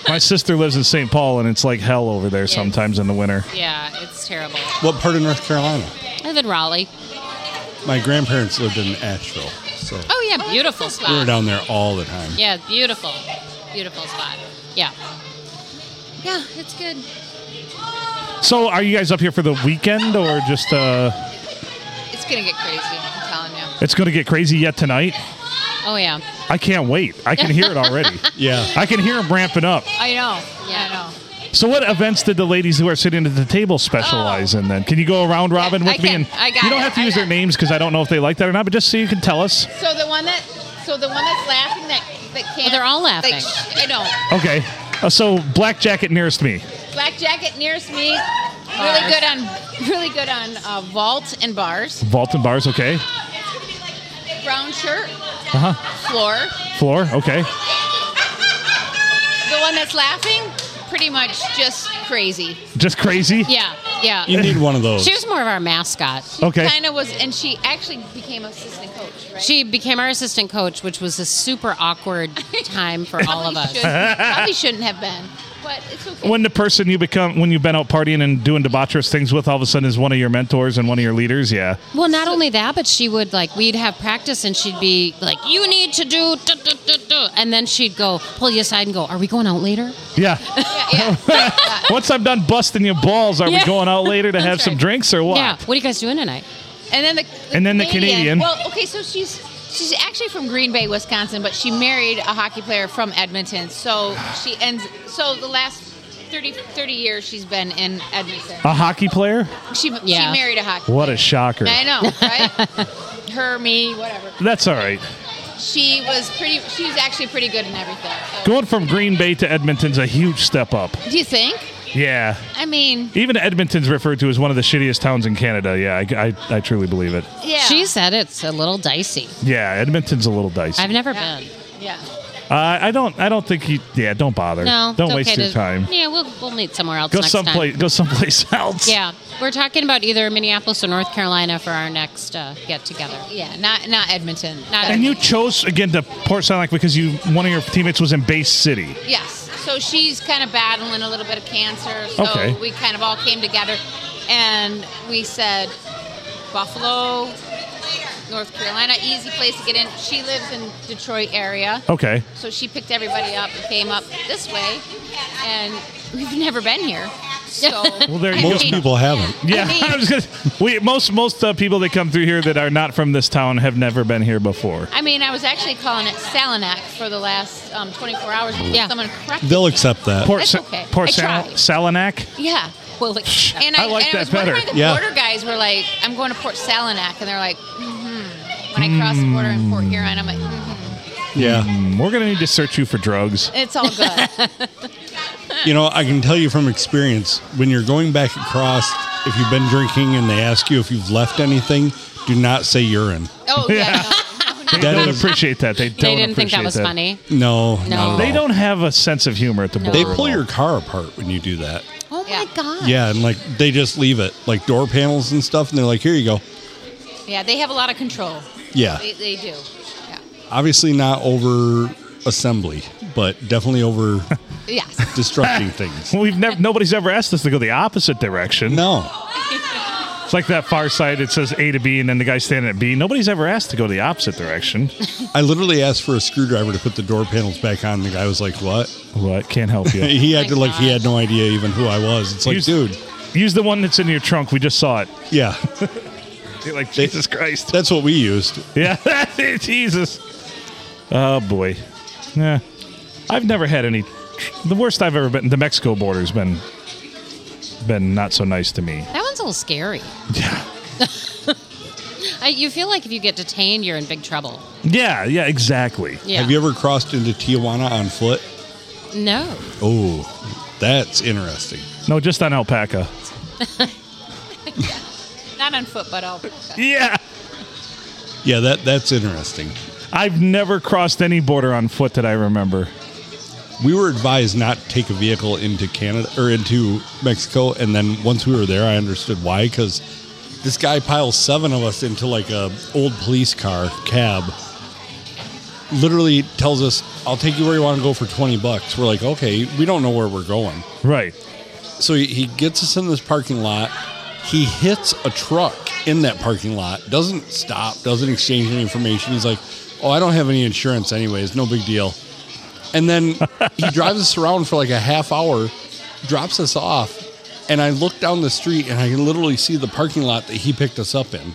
B: My sister lives in St. Paul, and it's like hell over there sometimes in the winter.
D: Yeah, it's terrible.
A: what part of North Carolina?
D: I live in Raleigh.
A: My grandparents lived in Asheville, so
D: Oh, yeah, beautiful spot.
A: we were down there all the time.
D: Yeah, beautiful. Beautiful spot. Yeah. Yeah, it's good.
B: So, are you guys up here for the weekend, or just uh,
F: It's gonna get crazy. I'm telling you.
B: it's going to get crazy yet tonight?
D: Oh, yeah.
B: I can't wait. I can hear it already.
A: Yeah.
B: I can hear them ramping up.
F: I know.
D: Yeah.
F: I know.
B: So, what events did the ladies who are sitting at the table specialize in? Then, can you go around Robin
F: Oh. Yeah,
B: with
F: I
B: me?
F: can.
B: And
F: I got
B: you don't
F: it.
B: have to
F: I
B: use
F: got
B: their
F: it.
B: names because I don't know if they like that or not, but just so you can tell us.
F: So the one that, so the one that's laughing that that can't.
D: they're all laughing.
F: Like, sh- I know.
B: Okay. Uh, so, black jacket nearest me.
F: Black jacket nearest me. Really good on, really good on uh, vault and bars.
B: Vault and bars. Okay.
F: Brown shirt,
B: Uh huh.
F: floor.
B: Floor. Okay.
F: The one that's laughing, pretty much just crazy.
B: Just crazy.
D: Yeah, yeah.
A: You need one of those.
D: She was more of our mascot.
B: Okay.
F: Kind of was, and she actually became assistant coach, right?
D: She became our assistant coach, which was a super awkward time for all of
F: Probably
D: us.
F: shouldn't- probably shouldn't have been, but it's okay.
B: When the person you become, when you've been out partying and doing debaucherous things with, all of a sudden is one of your mentors and one of your leaders. Yeah.
D: Well, not only that, but she would like we'd have practice, and she'd be like, "You need to do," duh, duh, duh, duh," and then she'd go pull you aside and go, "Are we going out later?"
B: Yeah.
F: yeah, yeah.
B: Once I'm done busting your balls, are we
D: Yeah.
B: going out later to have
D: That's
B: some
D: right.
B: drinks or what?
D: Yeah. What are you guys doing tonight?
F: And then the,
B: And then the Canadian.
F: Well, okay, so she's she's actually from Green Bay, Wisconsin, but she married a hockey player from Edmonton. So she ends so the last 30, 30 years she's been in Edmonton.
B: A hockey player?
F: She
D: Yeah.
F: she married a hockey.
B: Uh, What a shocker.
F: I know, right? Her, me, whatever.
B: That's all right.
F: She was pretty. She was actually pretty good in everything. So.
B: Going from Green Bay to Edmonton's a huge step up.
F: Do you think?
B: Yeah.
F: I mean,
B: Even Edmonton's referred to as one of the shittiest towns in Canada. Yeah, I, I, I truly believe it.
F: yeah.
D: She said it's a little dicey.
B: Yeah, Edmonton's a little dicey.
D: I've never
F: Yeah.
D: been.
F: yeah.
B: Uh, I don't. I don't think you. Yeah, don't bother.
D: No.
B: don't
D: it's
B: waste
D: okay
B: your
D: to-
B: time.
D: Yeah, we'll we'll meet somewhere else.
B: Go
D: next
B: someplace.
D: Time.
B: Go someplace else.
D: Yeah, we're talking about either Minneapolis or North Carolina for our next uh, get together.
F: Yeah. Not not Edmonton.
D: Not
B: And you chose again to Port Sound Lake because you one of your teammates was in Bay City.
F: Yes. So she's kind of battling a little bit of cancer. So
B: Okay.
F: we kind of all came together and we said Buffalo, North Carolina, easy place to get in. She lives in Detroit area.
B: Okay.
F: So she picked everybody up and came up this way and we've never been here. So
B: Well, there you
A: Most
B: go.
A: people haven't.
B: Yeah,
F: I mean-
B: I was gonna, we most most uh, people that come through here that are not from this town have never been here before.
F: I mean, I was actually calling it Salinak for the last um, 24 hours. but
D: Yeah.
F: Someone corrected
A: They'll
F: me.
A: accept that.
B: Port
F: That's
B: Sa-
F: okay.
B: Port
F: I
B: Sal-
F: tried.
B: Salinac.
F: Yeah. Well, like, and
B: I
F: I,
B: like
F: and
B: that
F: it was
B: better.
F: One of my
A: Yeah.
F: border guys were like, "I'm "Mm-hmm." going to Port Salinac," and they're like, "Hmm." When I cross the border in Port Huron, I'm like, "Hmm."
A: Yeah.
B: Mm, We're gonna need to search you for drugs.
F: It's all good.
A: You know, I can tell you from experience when you're going back across, if you've been drinking and they ask you if you've left anything, do not say urine.
F: oh yeah. no, no,
B: They
A: That
B: don't
A: is-
B: appreciate that. They don't.
D: They didn't think that
B: appreciate
D: was funny.
A: No, not at all.
B: They don't have a sense of humor at the
D: No.
B: border.
A: They
B: at
A: pull
B: all.
A: your car apart when you do that.
D: Oh
F: Yeah.
D: my god.
A: Yeah, and like they just leave it, like door panels and stuff, and they're like, "Here you go."
F: no. Yeah, they have a lot of control.
A: Yeah,
F: They, they do. Yeah.
A: obviously not over assembly, but definitely over
F: Yes.
A: destructing things.
B: We've never. Nobody's ever asked us to go the opposite direction.
A: No,
B: It's like that Far Side. It says A to B, and then the guy standing at B. Nobody's ever asked to go the opposite direction.
A: I literally asked for a screwdriver to put the door panels back on. And the guy was like, "What?"
B: What? Can't help you.
A: He acted
D: my
A: like he had no idea even who I was. It's like,
B: Use-
A: dude,
B: Use the one that's in your trunk. We just saw it.
A: yeah,
B: You're like Jesus Christ.
A: that's what we used.
B: Yeah, Jesus. Oh boy. Yeah, I've never had any. The worst I've ever been. The Mexico border's been been not so nice to me.
D: That one's a little scary.
B: Yeah.
D: I, you feel like if you get detained, you're in big trouble.
B: Yeah. Yeah. Exactly.
D: Yeah.
A: Have you ever crossed into Tijuana on foot?
D: No.
A: Oh, that's interesting.
B: No, just on alpaca.
F: Not on foot, but all.
B: Yeah.
A: Yeah, that that's interesting.
B: I've never crossed any border on foot that I remember.
A: We were advised not to take a vehicle into Canada or into Mexico, and then once we were there, I understood why. Because this guy piles seven of us into like a old police car cab. Literally tells us, "I'll take you where you want to go for twenty bucks." We're like, "Okay, we don't know where we're going."
B: Right.
A: So he, he gets us in this parking lot. He hits a truck in that parking lot. Doesn't stop. Doesn't exchange any information. He's like, "Oh, I don't have any insurance, anyways. No big deal." And then he drives us around for like a half hour, drops us off, and I look down the street and I can literally see the parking lot that he picked us up in.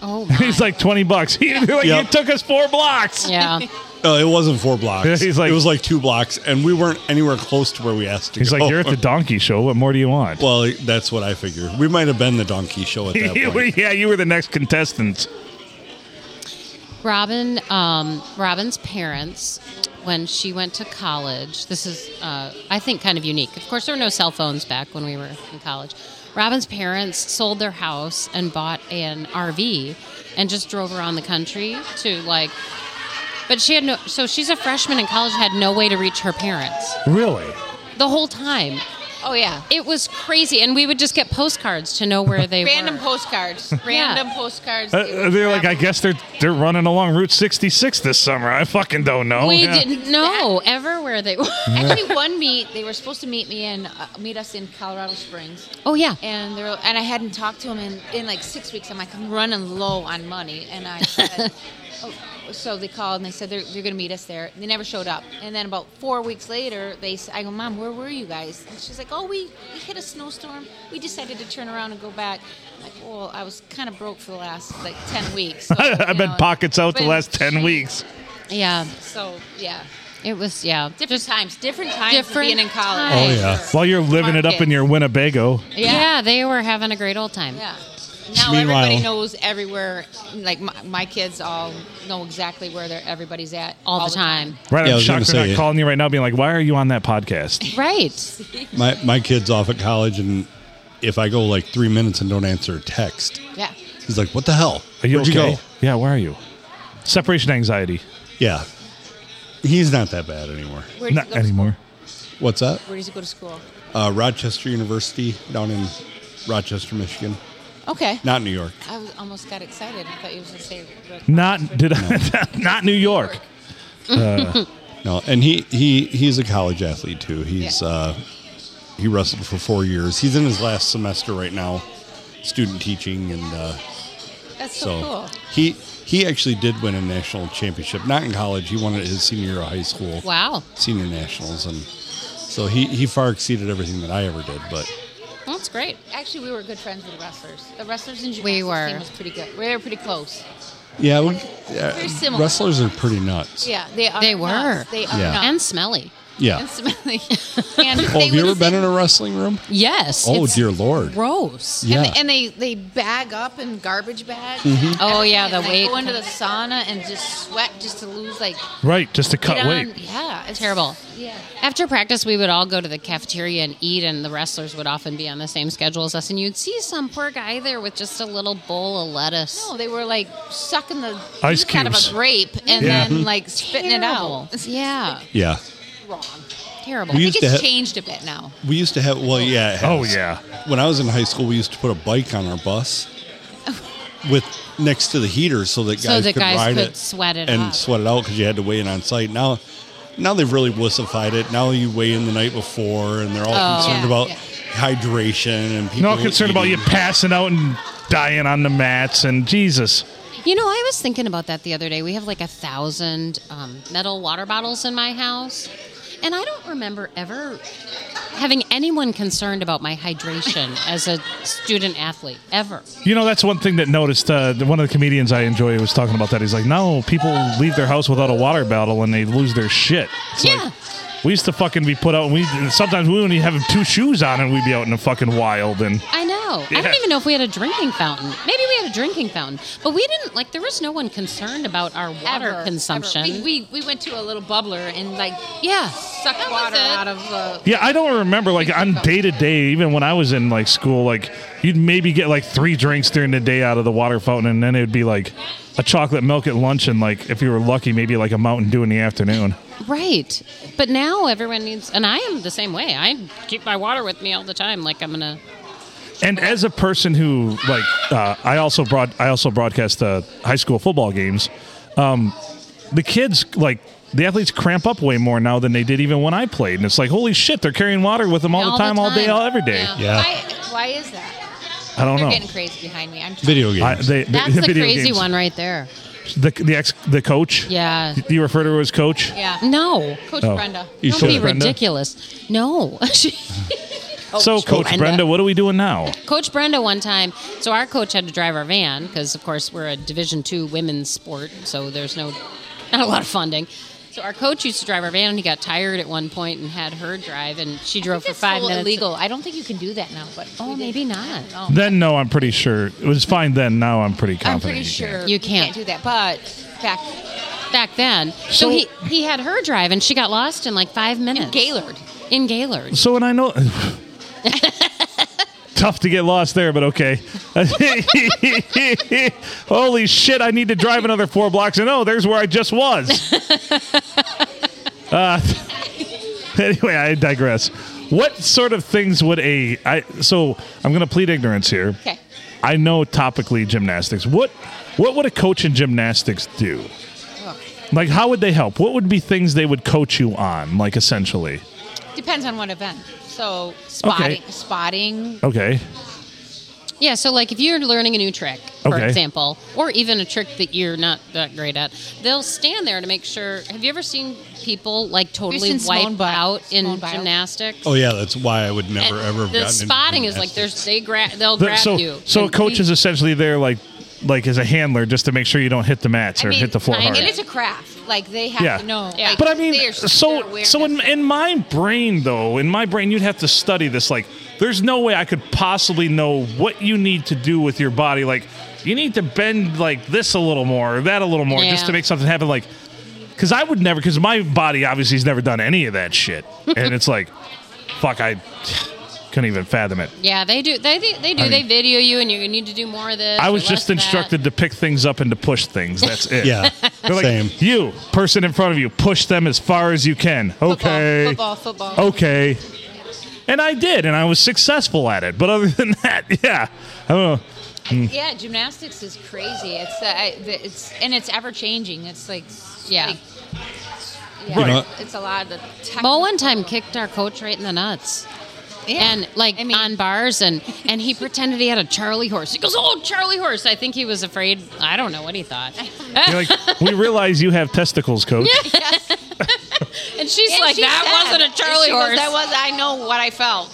D: Oh my.
B: He's like twenty bucks. He, like,
A: Yep.
B: it took us four blocks.
D: yeah.
A: No, Uh, it wasn't four blocks.
B: He's like-
A: it was like two blocks, and we weren't anywhere close to where we asked to
B: He's
A: go.
B: like, you're at the donkey show. What more do you want?
A: well, that's what I figured. We might have been the donkey show at that point.
B: yeah, you were the next contestant.
D: Robin, um, Robin's parents, when she went to college, this is, uh, I think, kind of unique. Of course, there were no cell phones back when we were in college. Robin's parents sold their house and bought an RV and just drove around the country to like, but she had no, so she's a freshman in college, had no way to reach her parents
B: Really?
D: the whole time.
F: Oh yeah.
D: It was crazy. And we would just get postcards to know where they
F: Random
D: were.
F: postcards. Random postcards.
B: Uh, Uh, they're like, I guess they're they're running along Route 66 this summer. I fucking don't know.
D: we
B: Oh, Yeah.
D: didn't know ever where they were.
F: Actually, one meet they were supposed to meet me in uh, meet us in Colorado Springs,
D: oh, yeah.
F: and they were, and I hadn't talked to him in, in like six weeks. I'm like I'm running low on money, and I said, oh, so they called and they said they're, they're going to meet us there. They never showed up, and then about four weeks later, they s- I go, Mom, where were you guys? And she's like, Oh, we, we hit a snowstorm. We decided to turn around and go back. I'm like, well, I was kind of broke for the last like ten weeks. so, you
B: I've been
F: know,
B: pockets out the
F: been-
B: last 10 weeks.
D: Yeah.
F: So yeah,
D: It was yeah.
F: different times, different times of
D: different
F: being in college.
D: times. Oh,
A: yeah.
B: While you're living it up in your Winnebago.
D: Yeah. they were having a great old time.
F: Yeah. Now
A: Meanwhile-
F: everybody knows everywhere. Like my, my kids all know exactly where they're, everybody's at
D: All, the, time.
B: Right,
A: Yeah, I
B: I'm
A: was gonna
B: shocked they're
A: say-
B: not calling you right now, being like, "Why are you on that podcast?"
D: Right.
A: My my kid's off at college, and if I go like three minutes and don't answer a text,
F: Yeah.
A: he's like, "What the hell?
B: Are you
A: Where'd
B: okay?
A: you go?"
B: Yeah, where are you? Separation anxiety.
A: Yeah, he's not that bad anymore.
F: Where did,
B: Not
F: you go,
B: anymore.
A: What's that?
F: where did you go to school?
A: Uh, Rochester University down in Rochester, Michigan,
F: Okay.
A: not New York.
F: I was, almost got excited. I thought you was going to say. Rick-
B: Not did I, not New York.
A: No, and he he he's a college athlete too. He's
F: Yeah.
A: uh, he wrestled for four years. He's in his last semester right now, student teaching, and uh,
F: That's so,
A: so
F: Oh, cool.
A: he he actually did win a national championship. Not in college. He won it his senior year of high school.
D: Wow.
A: senior nationals and so he, he far exceeded everything that I ever did but
D: That's great.
F: Actually, we were good friends with the wrestlers. The wrestlers in
D: We
F: gymnastics
D: were.
F: team was pretty good. We were pretty close.
A: yeah we, uh,
F: Very similar.
A: wrestlers are pretty nuts
F: Yeah, they are.
D: They were.
F: nuts. They are.
A: Yeah.
F: nuts.
D: And smelly.
A: Yeah.
F: And smelly. And
A: Oh,
F: they
A: have you
F: would-
A: ever been in a wrestling room?
D: Yes.
A: Oh,
D: it's
A: dear Lord.
D: Gross.
A: Yeah. Mm-hmm.
F: And, and they, they bag up in garbage bags. and
D: Oh, yeah, the
F: everything, and they
D: weight.
F: Go into the sauna and just sweat just to lose like
B: Right, just to
F: get
B: cut
F: on-
B: weight.
F: Yeah, it's
D: Terrible.
F: Yeah.
D: After practice, we would all go to the cafeteria and eat, and the wrestlers would often be on the same schedule as us. And you'd see some poor guy there with just a little bowl of lettuce.
F: No, they were like sucking the
B: Ice
F: juice out of
B: cubes.
F: a grape and
B: Yeah.
F: then like spitting it out.
D: Terrible. Yeah,
A: Yeah.
F: Wrong.
D: terrible.
A: We
F: I
A: used
F: think
A: to
F: it's
A: have-
F: changed a bit now.
A: We used to have, well, yeah. it has.
B: Oh, yeah.
A: When I was in high school, we used to put a bike on our bus with next to the heater so that guys
D: So the
A: could
D: guys
A: ride
D: could
A: it
D: sweat it
A: and
D: up.
A: sweat it out because you had to weigh in on site. Now, now they've really wussified it. Now you weigh in the night before, and they're all concerned
F: Yeah,
A: about
F: yeah.
A: hydration and people.
B: No concern about you
A: eating.
B: passing out and dying on the mats and Jesus.
D: You know, I was thinking about that the other day. We have like a thousand um, metal water bottles in my house, and I don't remember ever having anyone concerned about my hydration as a student athlete ever.
B: You know, that's one thing that noticed. Uh, one of the comedians I enjoy was talking about that. He's like, no, people leave their house without a water bottle and they lose their shit. It's
D: Yeah.
B: Like, we used to fucking be put out, and we and sometimes we wouldn't even have two shoes on, and we'd be out in the fucking wild. And
D: I know. I
B: Yeah.
D: don't even know if we had a drinking fountain. Maybe we had a drinking fountain, but we didn't. Like, there was no one concerned about our water
F: Ever,
D: consumption.
F: ever. We, we we went to a little bubbler and like
D: yeah,
F: sucked
D: That was
F: water
D: it.
F: out of the.
B: yeah, I don't remember like on day to day, even when I was in like school, like you'd maybe get like three drinks during the day out of the water fountain, and then it'd be like a chocolate milk at lunch, and like if you were lucky, maybe like a Mountain Dew in the afternoon.
D: Right. But now everyone needs, and I am the same way. I keep my water with me all the time. Like I'm gonna.
B: And as a person who like, uh, I also broad I also broadcast uh, high school football games. Um, the kids like the athletes cramp up way more now than they did even when I played, and it's like holy shit, they're carrying water with them all, the, time, all day, all every day.
D: Yeah.
A: Yeah.
F: Why, why is that?
B: I don't
F: They're
B: know.
F: getting crazy behind me. I'm trying-
A: Video games.
B: I, they, they-
D: That's the
B: video
D: crazy
B: games.
D: one right there.
B: The the ex the coach.
D: Yeah.
B: You refer to her as coach.
F: Yeah.
D: Mm-hmm. No.
F: Coach
B: Oh.
F: Brenda.
A: You
D: Don't
A: should.
D: be
B: Brenda?
D: ridiculous. No.
B: so coach Brenda. what are we doing now?
D: Coach Brenda one time. So our coach had to drive our van because, of course, we're a Division two women's sport, so there's no not a lot of funding. So our coach used to drive our van, and he got tired at one point and had her drive, and she drove for
F: It's
D: five
F: still
D: minutes.
F: illegal. I don't think you can do that now. But
D: Oh,
F: we did.
D: maybe not.
B: Then no, I'm pretty sure it was fine. Then now I'm pretty
F: I'm
B: confident.
F: pretty
B: you can.
F: sure
D: You
F: we
D: can't.
F: do that. But back
D: back then. So,
B: So-
D: he he had her drive, and she got lost in like five minutes.
F: Gaylord.
D: In Gaylord.
B: So and I know. Tough to get lost there, but okay. Holy shit! I need to drive another four blocks, and oh, there's where I just was. uh, anyway, I digress. What sort of things would a I? So I'm going to plead ignorance here.
F: Okay.
B: I know topically gymnastics. What what would a coach in gymnastics do? Like, how would they help? What would be things they would coach you on? Like, essentially.
F: Depends on what event. So spotting, spotting.
B: Okay.
D: Yeah. So like if you're learning a new trick, for
B: Okay.
D: example, or even a trick that you're not that great at, they'll stand there to make sure. Have you ever seen people like totally
F: seen Simone
D: wipe out
F: Biles-
D: in
F: Simone Biles?
D: gymnastics?
A: Oh yeah, that's why I would never
D: And
A: ever have
D: the
A: gotten
D: spotting
A: into
D: is like
A: gymnastics.
D: there's they gra- they'll
B: The-
D: grab
B: so
D: you.
B: so a
D: And
B: coach
D: we-
B: is essentially there like like as a handler just to make sure you don't hit the mats
D: I
B: or
D: mean,
B: hit the floor
D: I mean,
B: hard.
F: And it's a craft. Like they have
B: yeah.
F: to know.
D: Yeah.
F: Like,
B: but I mean
F: there's their
B: so
F: awareness.
B: so in, in my brain though, in my brain you'd have to study this like there's no way I could possibly know what you need to do with your body like you need to bend like this a little more or that a little more just
D: Yeah.
B: to make something happen like cuz I would never cuz my body obviously has never done any of that shit. and it's like fuck I couldn't even fathom it.
D: Yeah, they do. They they, they do.
B: I mean-
D: they video you, and you need to do more of this.
B: I
D: or
B: was
D: less
B: just
D: of that.
B: instructed to pick things up and to push things. That's it.
A: yeah,
B: They're like,
A: same.
B: You, person in front of you, push them as far as you can. Okay.
F: Football, football, football.
B: Okay. And I did, and I was successful at it. But other than that, yeah. I don't know.
F: Yeah, gymnastics is crazy. It's uh, I, the, it's and it's ever changing. It's like
D: Yeah.
F: like, yeah,
A: You know-
F: it's- it's a lot of the tech-
D: Mo one time kicked our coach right in the nuts.
F: Yeah.
D: And like
F: I mean-
D: on bars, and and he pretended he had a Charlie horse. He goes, "Oh, Charlie horse!" I think he was afraid. I don't know what he thought.
B: You're like, we realize you have testicles, coach.
D: and she's
F: And
D: like,
F: she
D: that
F: said-
D: wasn't a Charlie
F: she goes,
D: horse.
F: That was. I know what I felt.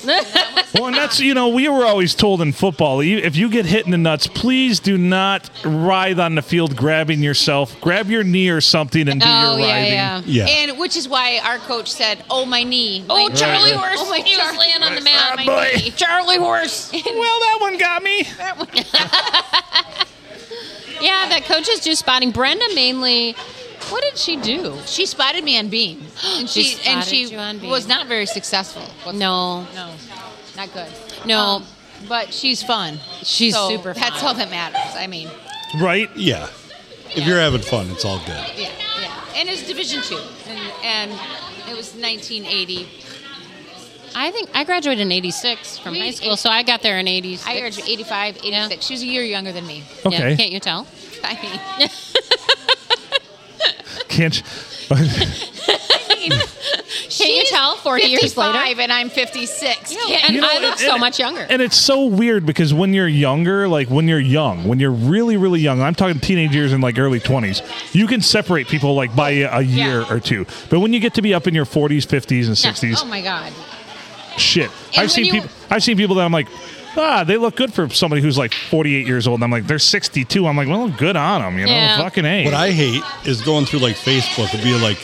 B: Well, and that's you know we were always told in football you- if you get hit in the nuts, please do not writhe on the field grabbing yourself. Grab your knee or something and do
D: oh
B: your
D: yeah,
B: writhing.
D: yeah.
A: Yeah.
F: And which is why our coach said, "Oh my knee."
D: Oh,
F: Like,
D: Charlie horse.
F: Oh my
D: he was
F: Charlie.
D: laying on the mat.
B: Oh, boy.
D: My knee. Charlie horse.
B: Well, that one got me.
D: Yeah, that coaches do spotting. Brenda mainly. What did she do?
F: She spotted me on beam, and
D: She
F: she, and
D: spotted
F: she
D: you on beam.
F: was not very successful.
D: No,
F: No, not good. Um,
D: No.
F: but she's fun.
D: She's
F: So
D: super fun.
F: That's all that matters. I mean,
B: Right?
A: Yeah. If you're having fun, it's all good.
F: yeah, yeah. And it's Division Two, and, and it was 1980.
D: I think I graduated in '86 from
F: Me,
D: high school,
F: eight-
D: so I got there in '86.
F: I graduated 85, 86.
D: Yeah.
F: She was a year younger than me.
B: Okay.
D: Yeah, can't you tell?
F: I mean,
B: Can't.
D: Can't you tell? Forty years later.
F: 55 and I'm 56.
D: Yeah, and
B: You know,
D: I look
B: and-
D: so
B: and-
D: much younger.
B: And it's so weird because when you're younger, like when you're young, when you're really, really young, I'm talking teenage years and like early 20s, you can separate people like by a, a year
D: Yeah.
B: or two. But when you get to be up in your 40s, 50s, and 60s,
F: Oh my God.
B: shit. I've
D: Um, when
B: seen
D: you-
B: people. I've seen people that I'm like, ah, they look good for somebody who's like 48 years old. And I'm like, they're 62. I'm like, well, good on them. You know,
D: Yeah.
B: fucking a.
A: What I hate is going through like Facebook and being like,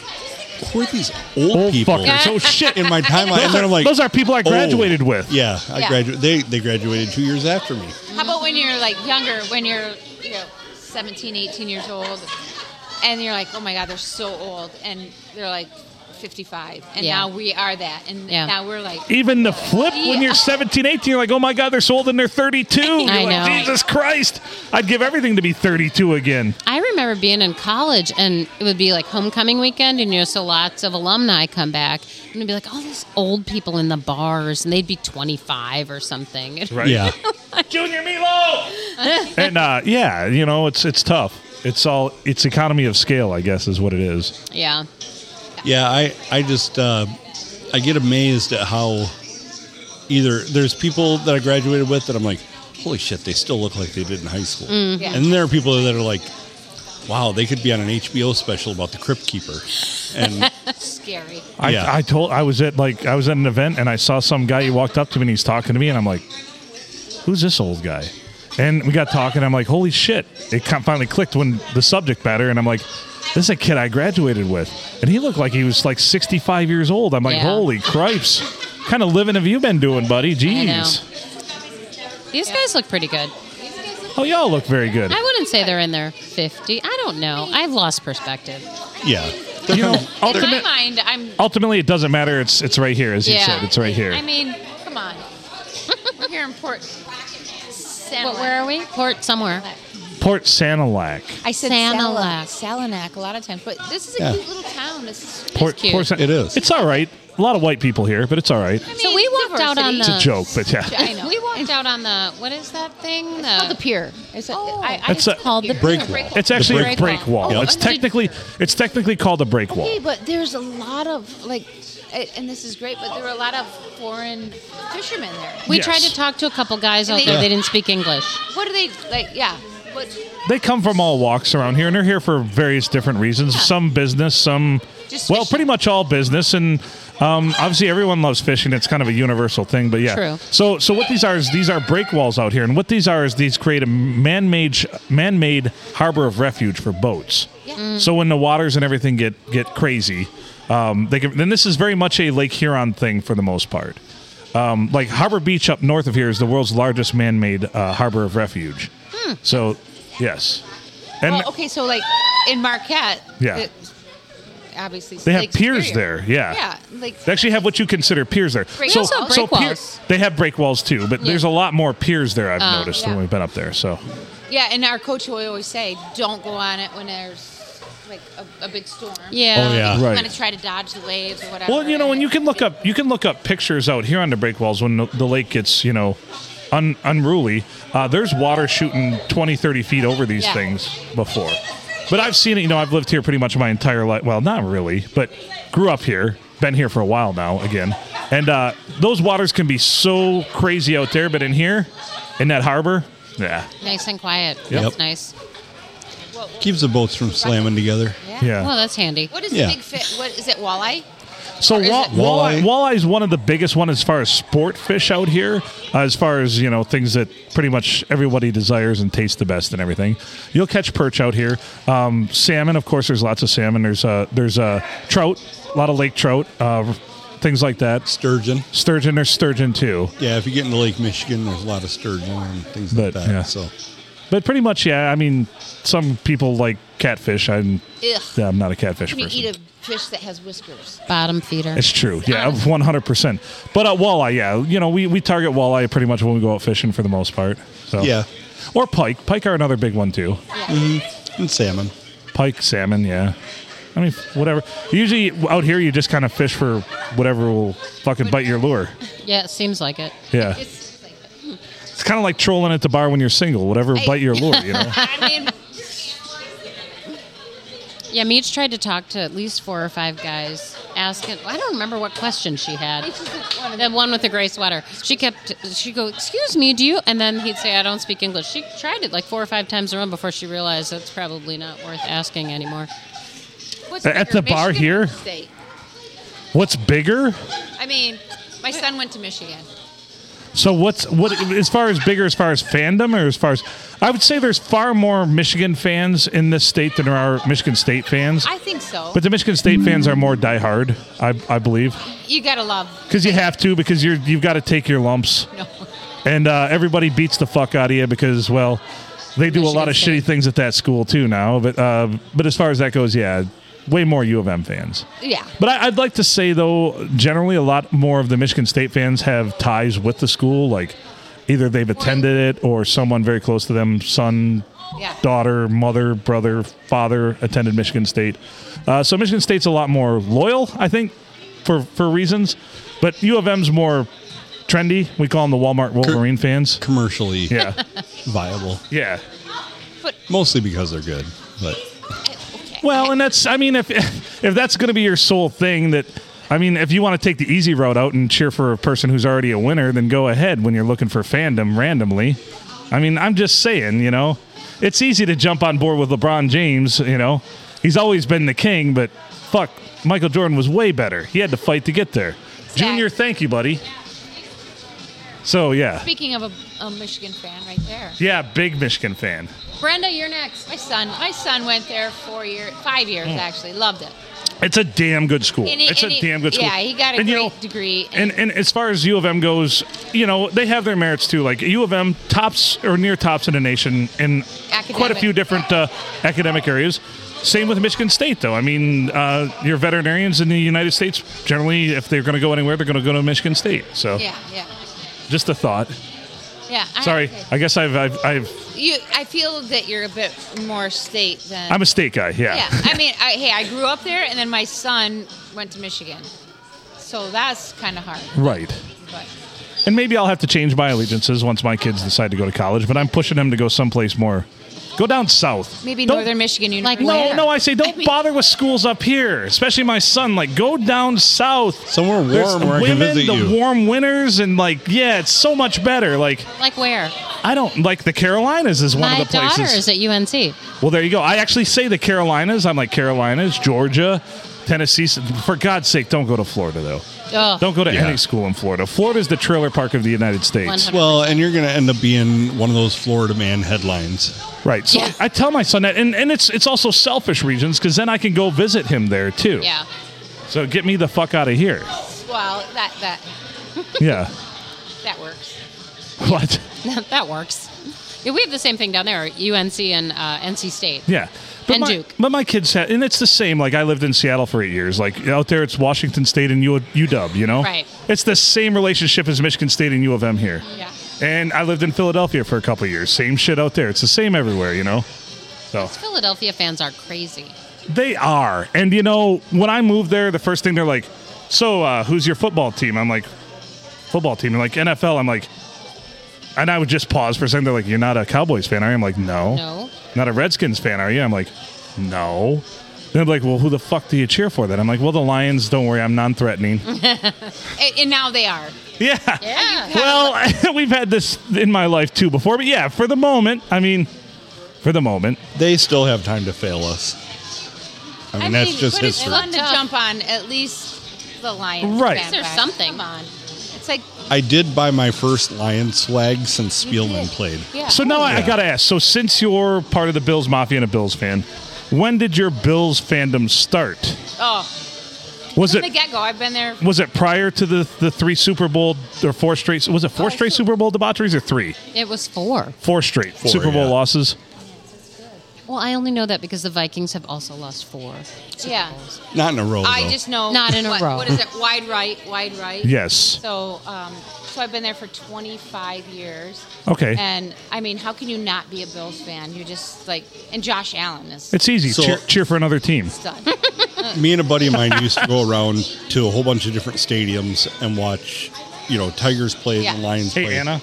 A: who are these old,
B: old
A: people
B: fuckers. Oh shit.
A: in my timeline? And then I'm like,
B: Those are people I
A: "Oh,
B: graduated with.
A: Yeah, I
F: Yeah.
A: graduated. They they graduated two years after me.
F: How about when you're like younger, when you're, you know, 17, 18 years old, and you're like, oh my God, they're so old, and they're like 55, and
D: Yeah.
F: now we are that, and
D: Yeah.
F: now we're like,
B: Even the flip when
F: Yeah.
B: you're 17, 18, you're like, oh my God, they're sold and they're 32. You're
D: I
B: like,
D: know.
B: Jesus Christ. I'd give everything to be 32 again.
D: I remember being in college and it would be like homecoming weekend, and you know, so lots of alumni come back and it'd be like all these old people in the bars, and they'd be 25 or something.
B: Right.
A: Yeah,
B: Junior Meatloaf. and uh, yeah, you know, it's it's tough. It's all it's economy of scale, I guess, is what it is.
D: Yeah.
A: yeah. I I just uh, I get amazed at how either there's people that I graduated with that I'm like, holy shit, they still look like they did in high school,
B: Mm.
F: Yeah.
A: and then there are people that are like. Wow, they could be on an HBO special about the Crypt Keeper, and
F: scary.
B: I,
A: Yeah.
B: I told I was at like I was at an event and I saw some guy. He walked up to me and he's talking to me, and I'm like, "Who's this old guy?" And we got talking. I'm like, "Holy shit!" It kind of finally clicked when the subject matter, and I'm like, "This is a kid I graduated with, and he looked like he was like 65 years old." I'm like,
D: Yeah.
B: "Holy cripes!" kind of living have you been doing, buddy?
D: know.
B: Jeez.
D: These guys look pretty good.
B: Oh, y'all look very good.
D: I wouldn't say they're in their 50. I don't know. I've lost perspective.
A: yeah,
B: You know,
F: In my
B: ultimate,
F: mind, I'm.
B: ultimately, it doesn't matter. It's it's right here, as you
D: Yeah.
B: said. It's right here.
F: I mean, come on. We're here in Port. San
D: What, where are we? Port somewhere.
B: Port Sanilac.
F: I said
D: Sanilac.
F: Salinak. Salinak a lot of times, but this is a
A: Yeah.
F: cute little town. This is,
B: Port,
D: cute.
B: Port San-
A: It is.
B: It's all right. A lot of white people here, but it's all right.
F: I
D: So we walked out on
F: diversity.
D: the-
B: joke, but yeah.
F: I know.
D: We walked out on the, what is that thing? The,
F: It's called the pier. It's a,
D: Oh.
F: I, I
B: It's a-
D: called the
A: break
D: pier.
A: wall.
B: It's actually
A: break
B: a break wall.
A: wall. Yeah.
B: It's
F: Oh, I thought-
B: technically it's technically called a break wall.
F: Okay, but there's a lot of like, a- and this is great, but there were a lot of foreign fishermen there.
D: We
B: Yes.
D: tried to talk to a couple guys out
F: And they-
D: there. They didn't speak English.
F: What are they like? Yeah, what
B: They come from all walks around here, and they're here for various different reasons. Some business, some
F: Just
B: well,
F: fishing.
B: pretty much all business, and um, obviously everyone loves fishing. It's kind of a universal thing, but yeah.
D: True.
B: So, so what these are is these are break walls out here, and what these are is these create a man-made sh- man-made harbor of refuge for boats.
F: Yeah.
B: So when the waters and everything get get crazy, um, they can, then this is very much a Lake Huron thing for the most part. Um, like Harbor Beach up north of here is the world's largest man-made uh, harbor of refuge. So, yes, and
F: Hmm. well, okay, so like in Marquette,
B: Yeah.
F: the- obviously
B: They have
F: Lake
B: piers
F: Superior.
B: there, yeah.
F: yeah, like
B: They actually have what you consider piers there.
F: Break-
B: so,
F: Also
B: so
D: break
B: pier-
D: walls.
B: they have break walls too, but there's a lot more piers there. I've noticed
F: Oh, yeah.
B: when we've been up there. So
F: yeah, and our coach will always say, don't go on it when there's like a, a big storm.
D: Yeah.
A: Oh, yeah.
F: you
B: Right.
F: want to try to dodge the waves or whatever.
B: Well, you know, and you can look up you can look up pictures out here on the break walls when the, the lake gets you know un, unruly. Uh, there's water shooting 20, 30 feet over these
F: Yeah.
B: things before, but I've seen it. You know, I've lived here pretty much my entire life. Well, not really, but grew up here, been here for a while now. Again, and uh, those waters can be so crazy out there, but in here, in that harbor, yeah,
D: Nice and quiet.
A: Yep.
D: That's nice.
A: keeps the boats from slamming together.
B: yeah.
D: Well, that's handy.
F: What is
A: Yeah.
F: the big fish? What is it? Walleye?
B: So
F: is
B: wa-
F: it-
B: walleye
A: Walleye.
B: walleye is one of the biggest one as far as sport fish out here, uh, as far as you know things that pretty much everybody desires and tastes the best and everything. You'll catch perch out here, um, salmon. Of course, there's lots of salmon. There's uh, there's uh, trout, a lot of lake trout, uh, things like that.
A: Sturgeon.
B: Sturgeon, there's sturgeon too.
A: Yeah, if you get into Lake Michigan, there's a lot of sturgeon and things like
B: But,
A: that.
B: yeah.
A: So
B: But pretty much, yeah. I mean, some people like catfish. I'm
F: Ugh.
B: yeah, I'm not a catfish
F: Can you
B: person.
F: eat a fish that has whiskers?
D: Bottom feeder.
B: It's true. Yeah, one hundred percent. But uh, walleye, yeah, you know, we, we target walleye pretty much when we go out fishing for the most part. So
A: Yeah.
B: or pike. Pike are another big one too.
A: and salmon.
B: Pike, salmon, yeah. I mean, whatever. Usually out here, you just kind of fish for whatever will fucking bite your lure.
D: Yeah, it seems like it.
B: Yeah,
F: It's like,
B: it's kind of like trolling at the bar when you're single. Whatever will bite your lure, you know.
F: I mean,
D: Yeah, Meach tried to talk to at least four or five guys, asking. I don't remember what question she had.
F: Meech is one of
D: The one with the gray sweater. She kept. She go, excuse me, do you? And then he'd say, I don't speak English. She tried it like four or five times around before she realized that's probably not worth asking anymore.
F: what's
B: At
F: bigger,
B: the bar
F: Michigan or
B: here?
F: State?
B: What's bigger?
F: I mean, my son went to Michigan.
B: So what's what as far as bigger as far as fandom or as far as I would say there's far more Michigan fans in this state than there are Michigan State fans.
F: I think so.
B: But the Michigan State fans are more diehard, I, I believe,
F: you gotta love.
B: because you have to because you're you've got to take your lumps,
F: No.
B: and uh, everybody beats the fuck out of you because well, they do a lot
D: Michigan
B: of
D: State.
B: shitty things at that school too now. But uh, but as far as that goes, yeah, way more U of M fans.
F: Yeah.
B: But I, I'd like to say though, generally a lot more of the Michigan State fans have ties with the school, like either they've attended it or someone very close to them, son,
F: Yeah.
B: daughter, mother, brother, father attended Michigan State. Uh, so Michigan State's a lot more loyal, I think, for for reasons. But U of M's more trendy. We call them the Walmart Wolverine fans.
A: Commercially
B: Yeah,
A: viable.
B: yeah.
A: Mostly because they're good. But
B: Well, and that's I mean if if that's going to be your sole thing that I mean if you want to take the easy route out and cheer for a person who's already a winner, then go ahead when you're looking for fandom randomly. I mean, I'm just saying, you know, it's easy to jump on board with LeBron James, you know. He's always been the king, but fuck, Michael Jordan was way better. He had to fight to get there. Junior, thank you, buddy. So, yeah.
F: Speaking of a, a Michigan fan, right there.
B: Yeah, big Michigan fan.
D: Brenda, you're next.
F: My son, my son went there four years, five years actually. Loved it.
B: Mm. It's a damn good school.
F: And he-
B: it's
F: and
B: a
F: he-
B: damn good school.
F: yeah, he got a
B: And, you
F: great
B: know,
F: degree
B: And, and as far as U of M goes, you know they have their merits too. Like U of M tops or near tops in the nation in quite a
F: Academic.
B: few different uh, academic areas. Same with Michigan State, though. I mean, uh, your veterinarians in the United States generally, if they're going to go anywhere, they're going to go to Michigan State. So,
F: Yeah, yeah,
B: just a thought.
F: yeah. I-
B: Sorry,
F: okay.
B: I guess I've, I've, I've
F: You, I feel that you're a bit more state than.
B: I'm a state guy.
F: yeah, I mean, I, hey, I grew up there, and then my son went to Michigan, so that's kind of hard.
B: right.
F: But
B: And maybe I'll have to change my allegiances once my kids decide to go to college, but I'm pushing them to go someplace more. Go down south.
F: maybe
B: Don't-
F: Northern Michigan
D: Like
F: University.
B: No,
D: where?
B: no, I say don't bother with schools up here, especially my son. Like, go down south.
A: Somewhere warm
B: There's
A: where I can
B: women,
A: visit
B: the
A: you.
B: warm winters, and like, yeah, it's so much better. Like,
D: Like where?
B: I don't like the Carolinas is one
D: My
B: of the places.
D: daughter is at UNC.
B: Well, there you go. I actually say the Carolinas. I'm like Carolinas, Georgia, Tennessee. For God's sake, don't go to Florida though.
D: Ugh.
B: Don't go to
A: Yeah.
B: any school in Florida. Florida's the trailer park of the United States.
D: 100%.
A: well, and you're going to end up being one of those Florida man headlines.
B: Right. So
D: Yeah.
B: I tell my son that, and, and it's it's also selfish regions because then I can go visit him there too.
D: Yeah.
B: So get me the fuck out of here.
F: Well, that that
B: Yeah.
F: that works.
B: what?
D: that works. Yeah, we have the same thing down there, UNC and uh, NC State.
B: Yeah.
D: And
B: my,
D: Duke.
B: But my kids had, and it's the same. Like I lived in Seattle for eight years. Like out there, it's Washington State and U, UW. You know.
D: Right.
B: It's the same relationship as Michigan State and U of M here.
F: Yeah.
B: And I lived in Philadelphia for a couple years. Same shit out there. It's the same everywhere. You know. So.
D: Philadelphia fans are crazy.
B: They are. And you know, when I moved there, the first thing they're like, "So, uh, who's your football team?" I'm like, "Football team." And like NFL, I'm like, and I would just pause for a second. They're like, "You're not a Cowboys fan, are you?" I'm like, "No."
D: No.
B: Not a Redskins fan, are you? I'm like, "No." They're like, "Well, who the fuck do you cheer for?" Then I'm like, "Well, the Lions. Don't worry, I'm non-threatening."
F: And, and now they are.
B: yeah.
D: Yeah.
B: Well, we've had this in my life too before, but yeah, for the moment, I mean, for the moment,
A: They still have time to fail us. I mean, that's just
F: but it's
A: history.
F: fun to
D: Tough.
F: jump on at least the Lions.
B: Right.
F: fan
D: Is there
F: back.
D: something?
F: Come on. It's like
A: I did buy my first Lion swag since
F: you
A: Spielman
F: did.
A: played.
F: Yeah.
B: So now I, I gotta ask. So since you're part of the Bills Mafia and a Bills fan, when did your Bills fandom start?
F: oh,
B: Was it
F: from the get go, I've been there.
B: was it prior to the the three Super Bowl or four straight? Was it four
F: Oh,
B: straight
F: two.
B: Super Bowl debaucheries or three?
D: It was four.
B: Four straight Super Bowl
A: yeah.
B: losses.
D: Well, I only know that because the Vikings have also lost four. Super
F: Yeah.
D: Bowls.
A: Not in a row.
F: I
A: though.
F: just know
D: Not in a
F: what,
D: row.
F: What is it? Wide right, wide right.
B: Yes.
F: So, um, so I've been there for 25 years.
B: Okay.
F: And I mean, how can you not be a Bills fan? You're just like, and Josh Allen is
B: It's easy.
A: So-
B: cheer, cheer for another team.
F: stud.
A: me and a buddy of mine used to go around to a whole bunch of different stadiums and watch, you know, Tigers play
F: Yeah.
A: and Lions
B: Hey
A: play.
B: Anna,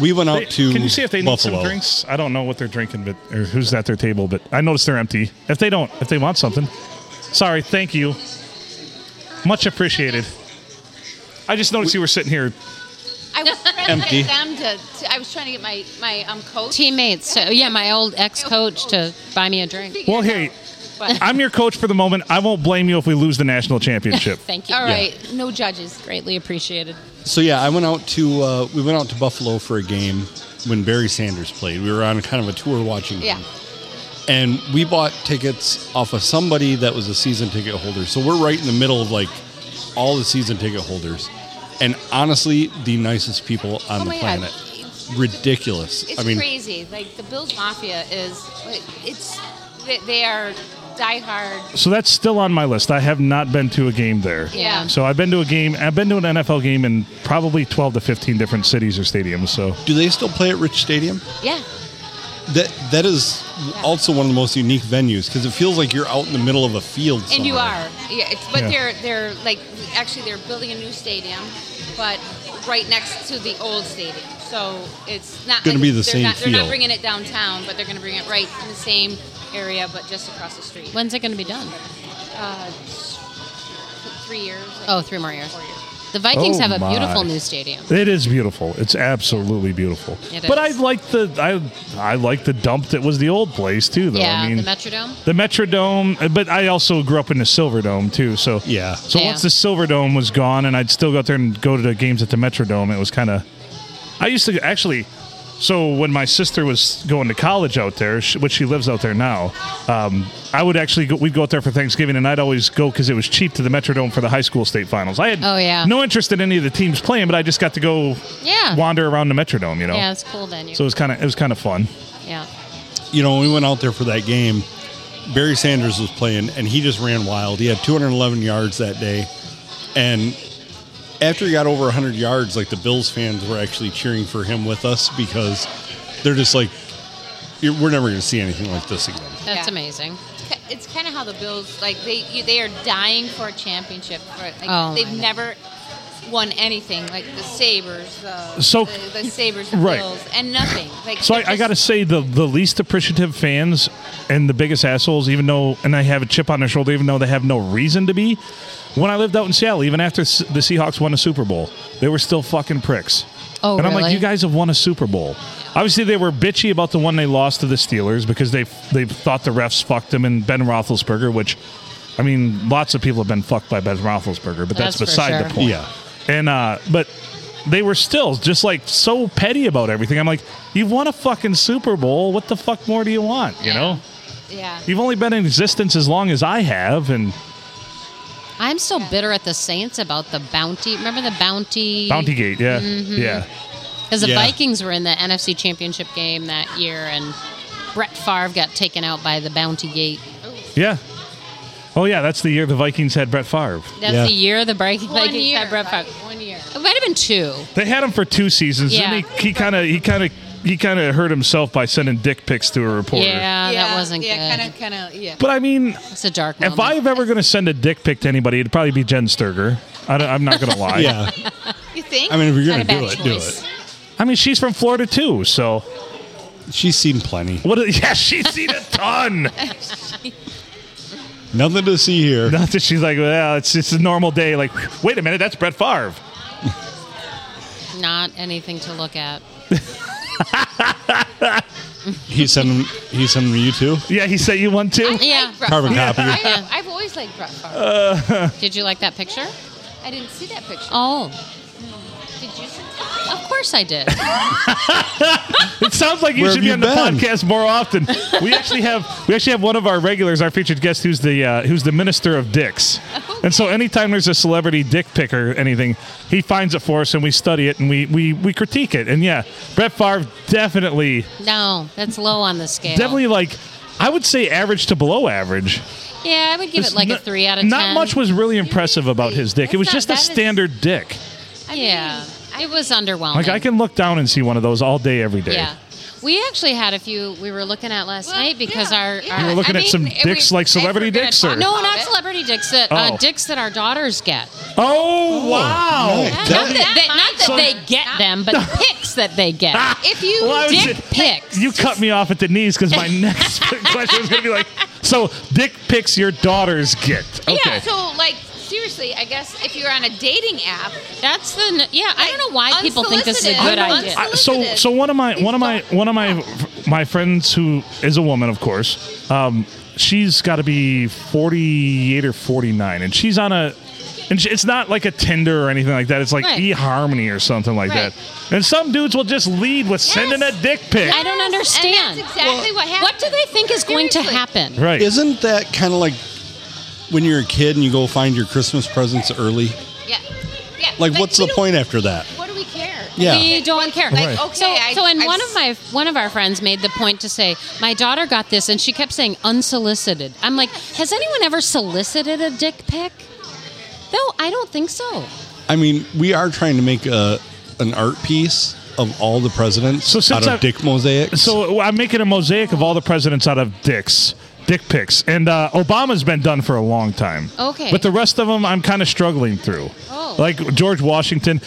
A: We went out
B: they-
A: to
B: can you see if they need
A: Buffalo.
B: some drinks? I don't know what they're drinking, but or who's at their table. But I noticed they're empty. If they don't, if they want something, sorry, thank you, much appreciated. I just noticed you were sitting here.
F: I was trying
A: Empty.
F: to get them to, to- I was trying to get my my um coach.
D: Teammates. So, yeah, my old ex coach to buy me a drink.
F: figured
B: Well,
F: it
B: hey,
F: out. But,
B: I'm your coach for the moment. I won't blame you if we lose the national championship.
D: Thank you.
F: all right, no judges.
D: Greatly appreciated.
A: So yeah, I went out to uh, we went out to Buffalo for a game when Barry Sanders played. We were on kind of a tour watching him.
F: Yeah.
A: and we bought tickets off of somebody that was a season ticket holder. So we're right in the middle of like all the season ticket holders, and honestly, the nicest people on
F: Oh
A: the
F: my
A: planet.
F: God.
A: Ridiculous.
F: It's
A: I mean,
F: crazy. Like the Bills Mafia is, like, it's they, they are diehard.
B: So that's still on my list. I have not been to a game there.
F: Yeah.
B: So I've been to a game. I've been to an NFL game in probably 12 to 15 different cities or stadiums. So
A: do they still play at Rich Stadium?
F: Yeah,
A: That that is also one of the most unique venues because it feels like you're out in the middle of a field.
F: and you
A: somewhere.
F: are. Yeah, it's, but
B: Yeah.
F: they're they're like actually they're building a new stadium, but right next to the old stadium. So it's not
A: Gonna
F: like
A: be the
F: they're
A: same
F: Not, they're
A: feel.
F: not bringing it downtown, but they're going to bring it right in the same area, but just across the street.
D: When's it going to be done?
F: Uh, three years. I
D: Oh,
F: think.
D: three more years.
F: Four years.
D: The Vikings
B: Oh,
D: have a
B: my.
D: beautiful new stadium.
B: it is beautiful. It's absolutely beautiful.
D: It
B: but
D: is.
B: I like the I I like the dump that was the old place too though.
D: yeah,
B: I mean
D: the Metrodome.
B: the Metrodome, uh, but I also grew up in the Silverdome too. So
A: Yeah.
B: So
D: Yeah.
B: once the Silverdome was gone, and I'd still go out there and go to the games at the Metrodome, it was kind of. I used to actually. So when my sister was going to college out there, sh- which she lives out there now, um, I would actually go, we'd go out there for Thanksgiving, and I'd always go because it was cheap to the Metrodome for the high school state finals. I had
D: Oh, yeah.
B: no interest in any of the teams playing, but I just got to go
D: Yeah.
B: wander around the Metrodome, you know.
D: Yeah, it's cool venue.
B: So it was kind of it was kind of fun.
D: yeah.
A: you know, when we went out there for that game, Barry Sanders was playing and he just ran wild. He had 211 yards that day. And after he got over 100 yards, like the Bills fans were actually cheering for him with us because they're just like, "You're- we're never going to see anything like this again.
D: That's
F: Yeah.
D: amazing.
F: Ki- It's kind of how the Bills like they you, they are dying for a championship. For, like,
D: Oh,
F: they've
D: my God.
F: never won anything like the Sabers, the
B: So-
F: the, the Sabers, the
B: right.
F: Bills, and nothing. Like
B: So
F: they're
B: I, I
F: just-
B: got to say, the, the least appreciative fans and the biggest assholes, even though, and I have a chip on their shoulder, even though they have no reason to be. When I lived out in Seattle, even after S- the Seahawks won a Super Bowl, they were still fucking pricks.
D: Oh,
B: and I'm like,
D: really?
B: you guys have won a Super Bowl. Obviously, they were bitchy about the one they lost to the Steelers because they they thought the refs fucked them and Ben Roethlisberger, which, I mean, lots of people have been fucked by Ben Roethlisberger, but that's,
D: That's for
B: beside
D: sure.
B: the point.
A: Yeah.
B: And uh but they were still just like so petty about everything. I'm like, you've won a fucking Super Bowl. What the fuck more do you want? You know?
F: yeah.
B: You've only been in existence as long as I have and
D: I'm still bitter at the Saints about the bounty. Remember the bounty?
B: Bounty Gate, yeah.
D: Mm-hmm.
B: Yeah.
D: Because the
A: Yeah.
D: Vikings were in the NFC Championship game that year, and Brett Favre got taken out by the bounty gate.
B: Yeah. Oh yeah, that's the year the Vikings had Brett Favre.
D: That's
A: Yeah.
D: the year the break-
F: One
D: Vikings
F: year,
D: had Brett Favre.
F: right? one year.
D: It might have been two.
B: They had him for two seasons,
D: Yeah.
B: and he kind of he kind of he kind of hurt himself by sending dick pics to a reporter.
D: Yeah, Ah, that wasn't
F: yeah,
D: good.
F: kind of, kind of, yeah.
B: But I mean,
D: it's a dark moment.
B: if I'm ever going to send a dick pic to anybody, it'd probably be Jen Sturger. I don't, I'm not going to lie.
A: Yeah.
F: You think?
A: I mean, if you're
D: Not
A: going
D: a
A: to do
D: bad
A: it,
D: choice.
A: do
B: I mean, she's from Florida too, so
A: it. She's seen plenty.
B: What? A, yeah, she's seen a ton.
A: Nothing to see here.
B: Not that she's like, well, it's just a normal day. Like, wait a minute, that's Brett Favre.
D: not anything to look at.
A: He sent him, he sent him to you too.
B: Yeah, he sent you one too.
D: Yeah.
F: Brett
A: Carbon
F: Favre.
A: copy.
F: I, I've always liked Brett Favre.
D: Did you like that picture?
F: I didn't see that picture.
D: Oh,
F: Did you see
D: of course I did.
B: It sounds like you
A: Where
B: should
A: have
B: be
A: you
B: on
A: been?
B: the podcast more often. We actually have we actually have one of our regulars, our featured guest, who's the uh, who's the minister of dicks.
D: Oh.
B: And so anytime there's a celebrity dick picker, anything, he finds it for us, and we study it and we we, we critique it. And yeah, Brett Favre definitely
D: No, that's low on the scale.
B: definitely like. I would say average to below average.
D: Yeah, I would give it like a
B: N-
D: three out of ten.
B: Not much was really impressive about his dick. it
F: That's
B: was
F: not
B: just a
F: bad.
B: standard dick.
F: I
D: Yeah, it was underwhelming.
B: Like I can look down and see one of those all day, every day.
D: Yeah, we actually had a few we were looking at last
F: Well,
D: night because
F: yeah,
D: our,
F: yeah.
D: our
B: You were looking
F: I
B: at some
F: mean, it
B: dicks
F: was-
B: like
F: if we're
B: celebrity
F: gonna
B: dicks,
F: talk-
B: or
D: no,
F: about
D: not
F: it.
D: celebrity dicks that
B: Oh.
D: uh, dicks that our daughters get.
B: oh, wow,
A: nice.
D: Not
A: That-
D: that, they, not that
B: So-
D: they get them, but pics that they get.
F: If you
B: Well, I was
D: Dick
B: ju-
D: pics.
B: You cut me off at the knees because my next question was going to be like, so dick pics your daughters get. Okay.
F: Yeah, so like seriously, I guess if you're on a dating app,
D: That's the n- yeah. I don't know why people think this is a good
F: Unsolicited.
D: idea.
B: I- so
F: Unsolicited.
B: so one of my one of my
F: don't-
B: one of my my friends who is a woman, of course, um, she's got to be forty eight or forty nine, and she's on a. And she, it's not like a Tinder or anything like that. It's like
D: Right.
B: eHarmony or something like
D: Right.
B: that. And some dudes will just lead with sending a dick pic.
D: I don't understand.
F: And that's exactly what happened.
D: What do they think is going to
F: Seriously.
D: happen?
B: Right.
A: Isn't that kind of like when you're a kid and you go find your Christmas presents early?
F: Yeah, yeah.
A: Like, what's
F: we
A: the
F: don't-
A: point after that?
F: What do we care?
A: Yeah.
D: We don't care.
B: Right.
F: okay,
D: so,
F: I-
D: so, and
F: I've
D: one of my one of our friends made the point to say, my daughter got this, and she kept saying unsolicited. I'm like, has anyone ever solicited a dick pic? No, I don't think so.
A: I mean, we are trying to make a an art piece of all the presidents
B: So since
A: out of
B: I've-
A: dick mosaics.
B: So I'm making a mosaic of all the presidents out of dicks, dick pics, and uh, Obama's been done for a long time.
D: Okay.
B: But the rest of them, I'm kind of struggling through.
D: Oh.
B: Like George Washington,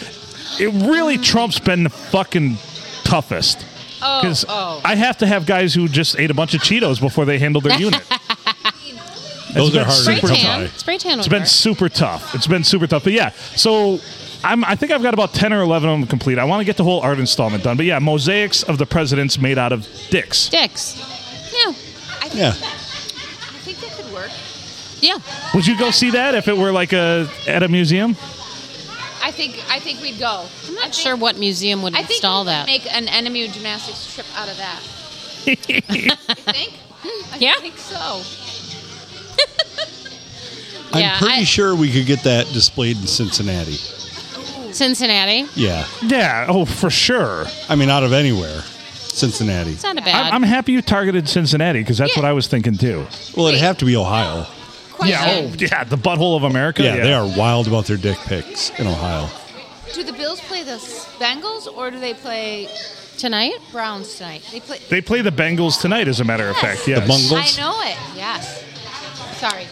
B: it really Trump's been the fucking toughest.
F: Oh,
B: Because
F: oh.
B: I have to have guys who just ate a bunch of Cheetos before they handle their unit.
A: those
B: been
A: are harder
D: Spray
A: to
B: super
D: tan,
A: tie.
D: spray tan.
B: It's been super tough. It's been super tough. But yeah, so I'm, I think I've got about 10 or 11 of them complete. I want to get the whole art installment done. But yeah, mosaics of the presidents made out of dicks.
D: dicks. Yeah,
F: I think,
A: Yeah.
F: I think that could work.
D: yeah.
B: Would you go see that if it were like a at a museum?
F: I think I think we'd go.
D: I'm not sure what museum would
F: I think
D: install
F: we could
D: that.
F: make an enemy gymnastics trip out of that. you think? I
D: Yeah.
F: think so.
D: Yeah,
A: I'm pretty
D: I-
A: sure we could get that displayed in Cincinnati.
D: Cincinnati.
A: Yeah.
B: Yeah, oh for sure.
A: I mean, out of anywhere, Cincinnati.
D: It's not a bad.
B: I'm, I'm happy you targeted Cincinnati because that's what I was thinking too.
A: Well, it'd have to be Ohio.
F: Question.
B: yeah, the butthole of America.
A: Yeah, they are wild about their dick pics in Ohio.
D: Oh.
F: Do the Bills play the Bengals or do they play
D: Tonight,
F: Browns tonight? They play.
B: They play the Bengals tonight, as a matter of
F: Yes.
B: fact. Yes.
A: The Bungles.
F: I know it. Yes. Sorry.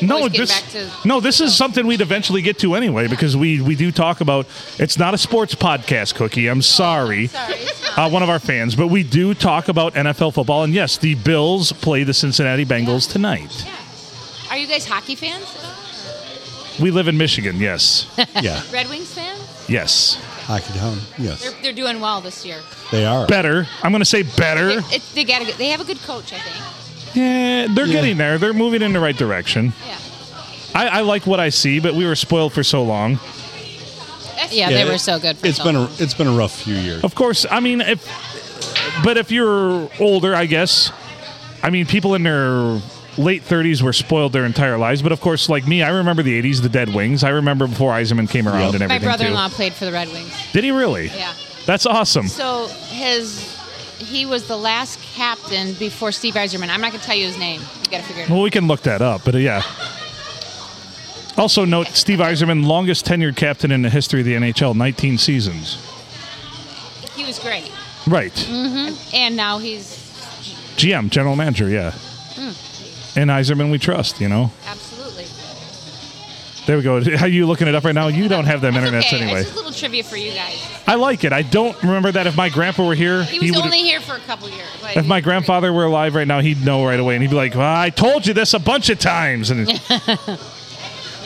B: No,
F: Always get
B: this
F: back to-
B: no, this is something we'd eventually get to anyway because we we do talk about. It's not a sports podcast, Cookie. I'm sorry.
F: Sorry. It's
B: Uh,
F: not.
B: one of our fans, but we do talk about NFL football, and yes, the Bills play the Cincinnati Bengals tonight.
F: Yeah. Are you guys hockey fans? at all?
B: We live in Michigan, yes,
A: Yeah.
F: Red Wings fans?
B: yes.
A: Hockey Town.
F: They're,
A: Yes.
F: they're doing well this year.
A: They are.
B: better. I'm going to say better.
F: It, it- they got a good, They have a good coach, I think.
B: Yeah, they're getting there. They're moving in the right direction.
F: Yeah.
B: I, I like what I see, but we were spoiled for so long.
F: That's-
D: yeah,
A: Yeah,
D: they were
A: it-
D: so good. For
A: It's
D: so
A: been a
D: long.
A: it's been a rough few years.
B: Of course, I mean, if but if you're older, I guess. I mean, people in their late 30s were spoiled their entire lives, but of course, like me, I remember the 80s, the Dead Wings. I remember before Eisenman came around
A: Yep.
B: and everything.
F: My
B: too.
F: brother-in-law played for the Red Wings.
B: Did he really?
F: Yeah.
B: That's awesome.
F: So his he was the last captain before Steve Eiserman. I'm not gonna tell you his name. You gotta figure it out.
B: Well, we can look that up, but uh, yeah. Also, note Steve Eiserman, longest tenured captain in the history of the NHL, 19 seasons.
F: He was great,
B: Right.
F: and now he's
B: GM, general manager, yeah. And Eiserman, we trust, you know?
F: absolutely.
B: There we go. How you looking it up right now? You don't have them
F: That's
B: internets
F: okay.
B: anyway.
F: It's just a little trivia for you guys.
B: I like it. I don't remember that. If my grandpa were here,
F: He was
B: would.
F: only here for a couple years. Like,
B: If my grandfather were alive right now, he'd know right away, and he'd be like, "Well, "I told you this a bunch of times."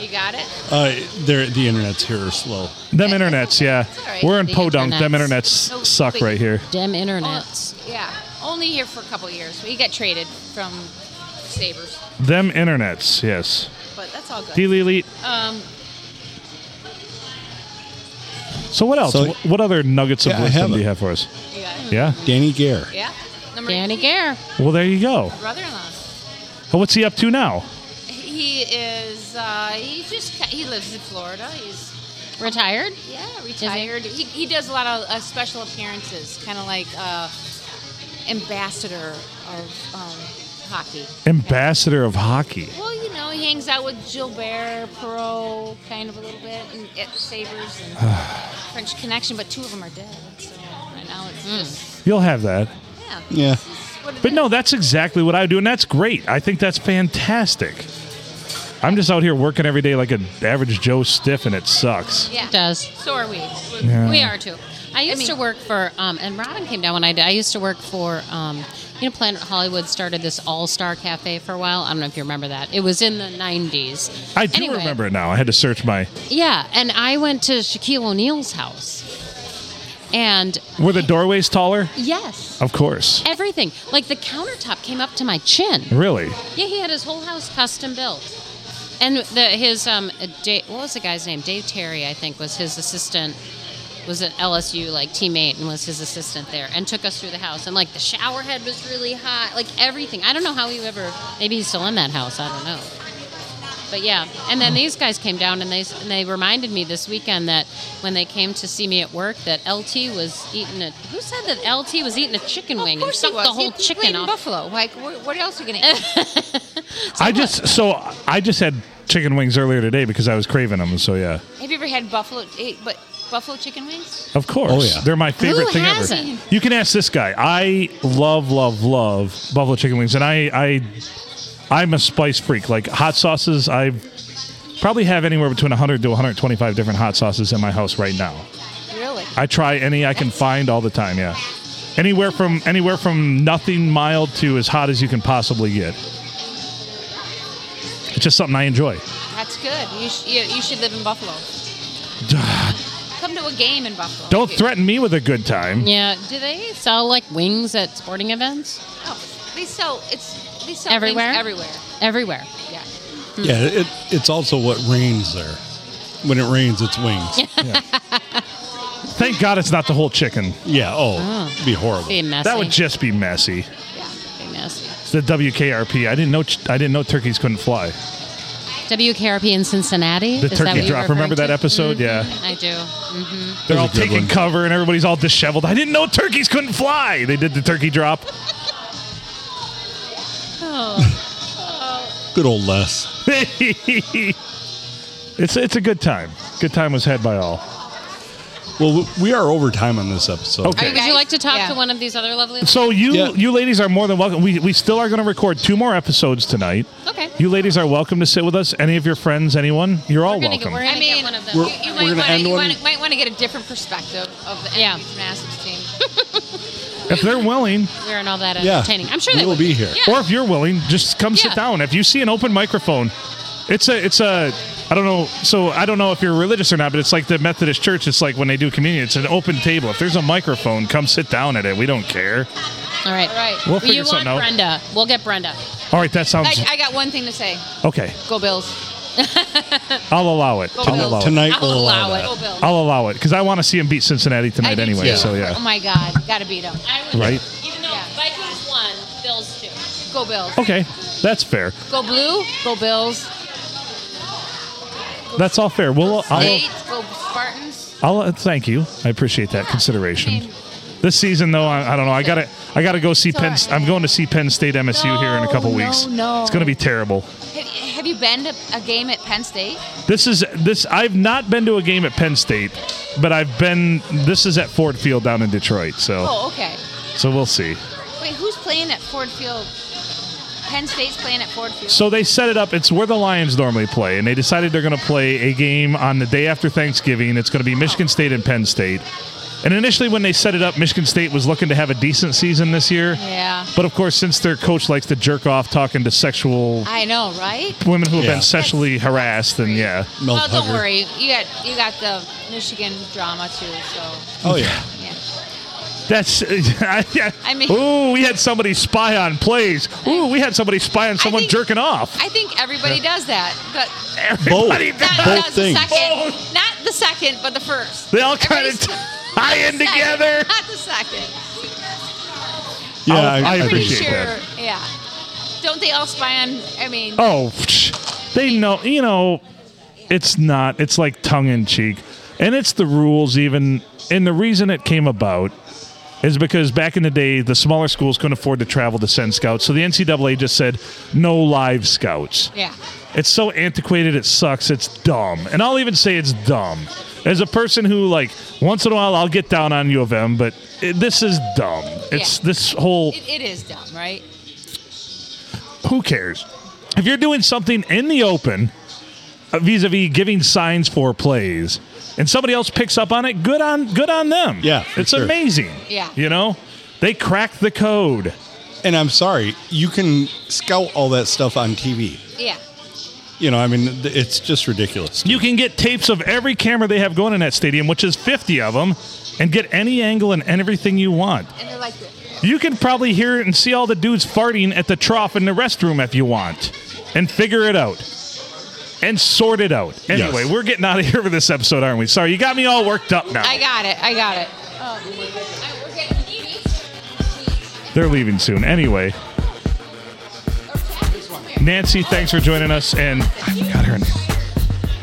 B: And
F: you got it.
A: Uh, they're, the internet's here are slow.
B: them internets, yeah,
F: It's all right.
B: we're in
D: The
B: podunk. Them
D: internets.
B: internets
F: No,
B: suck
F: wait.
B: right here.
D: Damn
F: Oh,
D: internets.
F: yeah, only here for a couple years. He got traded from Sabers,
B: Them internets, yes.
F: but that's all good.
B: D. Leely,
F: Um,
B: So what else?
A: So-
B: Wh- what other nuggets of
A: Yeah, I
B: wisdom
A: have
B: do you
A: it.
B: have for us?
F: You got it?
B: Yeah.
A: Danny Gare.
F: Yeah. Number
D: Danny
F: two,
D: Gare.
B: Well, there you go.
F: brother-in-law.
B: What's he up to now?
F: He is. Uh, he just. ca- He lives in Florida. He's
D: Retired?
F: yeah retired. He, he does a lot of uh, special appearances, kind of like uh, ambassador of um, hockey.
B: Ambassador of hockey.
F: Well, you know, he hangs out with Gilbert Perot kind of a little bit, and at Sabers and French Connection, but two of them are dead. So right now it's just
B: You'll have that.
F: yeah.
A: Yeah.
F: This is what it
B: But
F: is.
B: no, that's exactly what I do, and that's great. I think that's fantastic. I'm just out here working every day like an average Joe stiff, and it sucks.
F: Yeah.
D: It does.
F: So are we.
D: We are too. I used
F: mean-
D: to work for, um, and Robin came down when I did. I used to work for, um, you know, Planet Hollywood started this All Star Cafe for a while. I don't know if you remember that. It was in the 90s.
B: I do
D: Anyway,
B: remember it now. I had to search my.
D: Yeah, and I went to Shaquille O'Neal's house. And
B: Were the doorways taller?
D: yes,
B: Of course.
D: everything. Like the countertop came up to my chin.
B: Really?
D: Yeah, he had his whole house custom built. And the, his um, Dave, what was the guy's name? Dave Terry, I think, was his assistant. Was an LSU like teammate and was his assistant there, and took us through the house. And like the shower head was really hot, like everything. I don't know how he ever. Maybe he's still in that house. I don't know. But yeah, and then these guys came down and they and they reminded me this weekend that when they came to see me at work that LT was eating a. Who said that LT was eating a chicken
F: Well,
D: wing
F: of
D: and
F: course he
D: sucked
F: was.
D: the whole
F: he, he played
D: chicken
F: in
D: off?
F: Buffalo. Like, what, what else are you gonna eat?
B: I just so I just had chicken wings earlier today because I was craving them. So yeah,
F: Have you ever had buffalo? eh, But buffalo chicken wings?
B: of course.
A: Oh, yeah.
B: They're my favorite
D: Who
B: thing ever.
D: hasn't?
B: You can ask this guy. I love, love, love buffalo chicken wings, and I, I, I'm a spice freak. Like hot sauces, I probably have anywhere between 100 to 125 different hot sauces in my house right now.
F: Really?
B: I try any I can find all the time. Yeah, anywhere from anywhere from nothing mild to as hot as you can possibly get. It's just something I enjoy.
F: That's good. You, sh- you, you should live in Buffalo. Come to a game in Buffalo.
B: Don't
F: You-
B: threaten me with a good time.
D: Yeah. Do they sell like wings at sporting events?
F: Oh, they sell it's they sell
D: Everywhere?
F: things everywhere.
D: Everywhere.
F: Yeah.
D: Hmm.
A: Yeah, it, it's also what rains there. When it rains, it's wings.
B: Thank God it's not the whole chicken.
A: Yeah. Oh,
D: Oh.
A: it'd be horrible.
D: Be messy.
B: That would just be messy.
F: Yeah.
D: be messy.
B: It's the WKRP. I didn't know. ch- I didn't know turkeys couldn't fly.
D: WKRP in Cincinnati.
B: The
D: Is that
B: turkey
D: what you're
B: drop. Remember that
D: referring to?
B: episode? Yeah.
D: I do. Mm-hmm.
B: They're
A: was
B: all
A: a good
B: taking
A: one.
B: cover and everybody's all disheveled. I didn't know turkeys couldn't fly. They did the turkey drop.
D: Oh,
A: Good old Les.
B: it's it's a good time. Good time was had by all.
A: Well, w- we are over time on this episode.
B: Okay.
D: would you
F: Guys?
D: like to talk
F: Yeah.
D: to one of these other lovely?
B: So you
A: Yeah.
B: you ladies are more than welcome. We we still are going to record two more episodes tonight.
D: okay.
B: You ladies are welcome to sit with us. Any of your friends, anyone, you're all
D: we're gonna
B: welcome.
D: Get, we're gonna
F: I mean,
D: get one of them.
F: you,
A: We're-
F: you
A: we're
F: might
A: gonna
F: want
A: end
F: to you
A: one-
F: wanna- might want to get a different perspective of the
D: Yeah.
F: yeah. gymnastics team.
B: if they're willing,
D: We're in all that
A: Yeah.
D: entertaining. I'm sure
A: We
D: they
A: will
D: would
A: be here.
D: Yeah.
B: or if you're willing, just come
D: Yeah.
B: sit down. If you see an open microphone, it's a it's a I don't know. So I don't know if you're religious or not, but it's like the Methodist Church. It's like when they do communion, it's an open table. If there's a microphone, come sit down at it. We don't care.
D: All right.
F: All right.
B: We'll figure
D: you want
B: something out.
D: Brenda? We'll get Brenda.
B: All right, that sounds
F: I, I got one thing to say.
B: okay.
F: Go Bills.
B: I'll allow it.
F: Go
B: I'll
F: Bills.
B: allow it.
A: Tonight
D: I'll
A: we'll allow,
D: allow it.
A: that.
F: Go Bills.
B: I'll allow it because I want to see him beat Cincinnati
F: I
B: tonight
F: do
B: anyway.
F: too.
B: So
F: Oh
B: yeah,
F: my God, gotta beat them.
D: I would,
B: Right.
D: Even though
F: Yeah.
D: Vikings won, Bills too.
F: Go Bills.
B: okay, that's fair.
F: Go blue. Go Bills.
B: That's all fair. We'll I'll,
F: State. Go Spartans.
B: I'll uh, thank you. I appreciate that
F: I
B: consideration.
F: mean-
B: This season, though, I, I don't know. I gotta I gotta go see
F: It's
B: Penn.
F: all right.
B: I'm going to see Penn State MSU here in a couple
F: No,
B: weeks.
F: no, no.
B: It's gonna be terrible.
F: Have, have you been to a game at Penn State?
B: This is this. I've not been to a game at Penn State, but I've been. This is at Ford Field down in Detroit. So
F: Oh, okay.
B: so we'll see.
F: Wait, who's playing at Ford Field? Penn State's playing at Ford Field.
B: So they set it up. It's where the Lions normally play, and they decided they're going to play a game on the day after Thanksgiving. It's going to be Michigan State and Penn State. And initially, when they set it up, Michigan State was looking to have a decent season this year.
F: yeah.
B: But of course, since their coach likes to jerk off talking to sexual
F: I know, right?
B: women who have
A: Yeah.
B: been sexually harassed, then yeah.
A: Mel
F: well, don't
A: Tucker.
F: worry. You got you got the Michigan drama too. So
A: Oh yeah.
F: yeah.
B: That's.
F: I mean-
B: ooh, we had somebody spy on plays. Ooh, we had somebody spy on someone
F: think-
B: jerking off.
F: I think everybody does that. But
B: Everybody
A: Both.
B: does.
F: that
A: Both
F: does the
A: things.
F: second.
B: Both.
F: Not the second, but the first.
B: They all kind of
F: Everybody's-
B: tie in
F: Second,
B: together.
F: Not the second.
A: Yeah, I,
B: I'll- I
A: I
F: Pretty
A: appreciate
B: appreciate
F: sure.
A: that.
F: Yeah. Don't they all spy on? I mean,
B: Oh, psh, they know. You know, it's not. It's like tongue in cheek, and it's the rules. Even and the reason it came about is because back in the day, the smaller schools couldn't afford to travel to send scouts, so the NCAA just said no live scouts.
F: yeah.
B: It's so antiquated. It sucks. It's dumb. And I'll even say it's dumb. As a person who, like, once in a while, I'll get down on U of M, but it, this is dumb. It's
F: Yeah.
B: this whole
F: It, it is dumb, right?
B: who cares? If you're doing something in the open, uh, vis-a-vis giving signs for plays, and somebody else picks up on it, good on good on them.
A: Yeah, for
B: it's
A: sure.
B: amazing.
F: Yeah.
B: you know, they cracked the code.
A: And I'm sorry, you can scout all that stuff on TV.
F: Yeah.
A: You know, I mean, th- it's just ridiculous.
B: You can get tapes of every camera they have going in that stadium, which is 50 of them, and get any angle and everything you want.
F: And they're like,
B: You can probably hear it and see all the dudes farting at the trough in the restroom if you want, and figure it out, and sort it out. Anyway,
A: Yes.
B: we're getting out of here for this episode, aren't we? Sorry, you got me all worked up now.
F: I got it. I got it. Oh, I- we're getting heated.
B: They're leaving soon. Anyway, Nancy, thanks for joining us. And I forgot her name.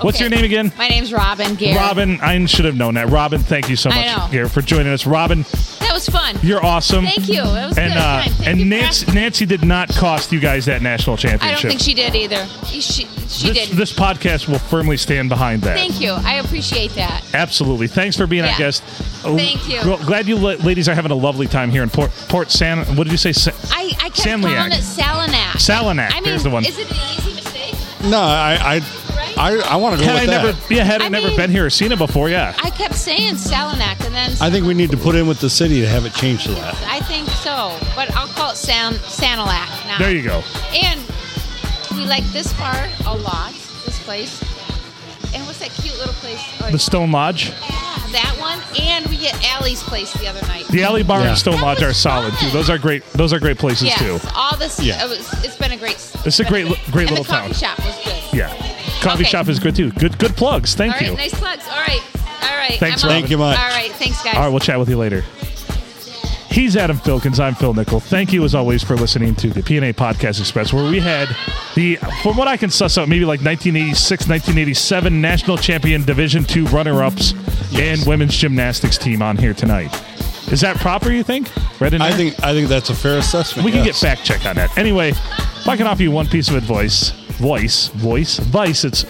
B: What's
F: Okay.
B: your name again?
F: My name's Robin Garrett.
B: Robin. I should have known that. Robin, thank you so
F: I
B: much
F: know.
B: here for joining us. Robin,
F: That was fun.
B: you're awesome.
F: Thank you. It was a
B: and
F: good
B: uh,
F: time. Thank
B: and
F: you for
B: Nancy,
F: asking.
B: Nancy did not cost you guys that national
F: I
B: championship.
F: don't think she did either. She, she
B: this,
F: did.
B: this podcast will firmly stand behind that.
F: Thank you. I appreciate that.
B: Absolutely. Thanks for being our
F: Yeah.
B: guest.
F: Thank you.
B: Well, glad you la- ladies are having a lovely time here in Port Port San. What did you say? Sa-
F: I, I kept
B: Salniak.
F: calling it Salinac.
B: Salinac.
F: I mean,
B: There's the one.
F: is it an easy mistake?
A: no, I I I, I want to go
B: had I
A: with that.
B: never, yeah, had I,
F: I
B: never
F: mean-
B: been here or seen it before, yeah.
F: I kept saying Salinac, and then
A: I think we need to put in with the city to have it changed to that.
F: I think so, but I'll call it San Sanilac now.
B: there you go.
F: And we like this bar a lot. This place. And what's that cute little place? Oh,
B: The Stone Lodge,
F: yeah, that one. And we get Allie's place the other night.
B: the Alley Bar
A: Yeah.
B: and Stone
F: That
B: Lodge
F: was
B: are solid
F: fun.
B: too. Those are great. Those are great places
F: yes,
B: too.
F: all this.
A: Yeah.
F: It was, it's been a great.
B: It's a
F: been
B: great li- great
F: and
B: little
F: the coffee
B: town.
F: shop was good.
B: Yeah, coffee
F: Okay.
B: shop is good too. Good good plugs. Thank
F: All right,
B: you.
F: nice plugs. All right, all right.
B: Thanks,
F: I'm
B: Robin.
A: Thank you much.
F: All right, thanks, guys.
B: All right, we'll chat with you later. He's Adam Filkins. I'm Phil Nickel. Thank you, as always, for listening to the PNA Podcast Express, where we had the, from what I can suss out, maybe like 1986, 1987 national champion Division two runner-ups and women's gymnastics team on here tonight. Is that proper? You think? Right in
A: I
B: there?
A: think I think that's a fair assessment.
B: We can
A: yes.
B: get fact check on that. Anyway, if I can offer you one piece of advice, voice, voice, vice, it's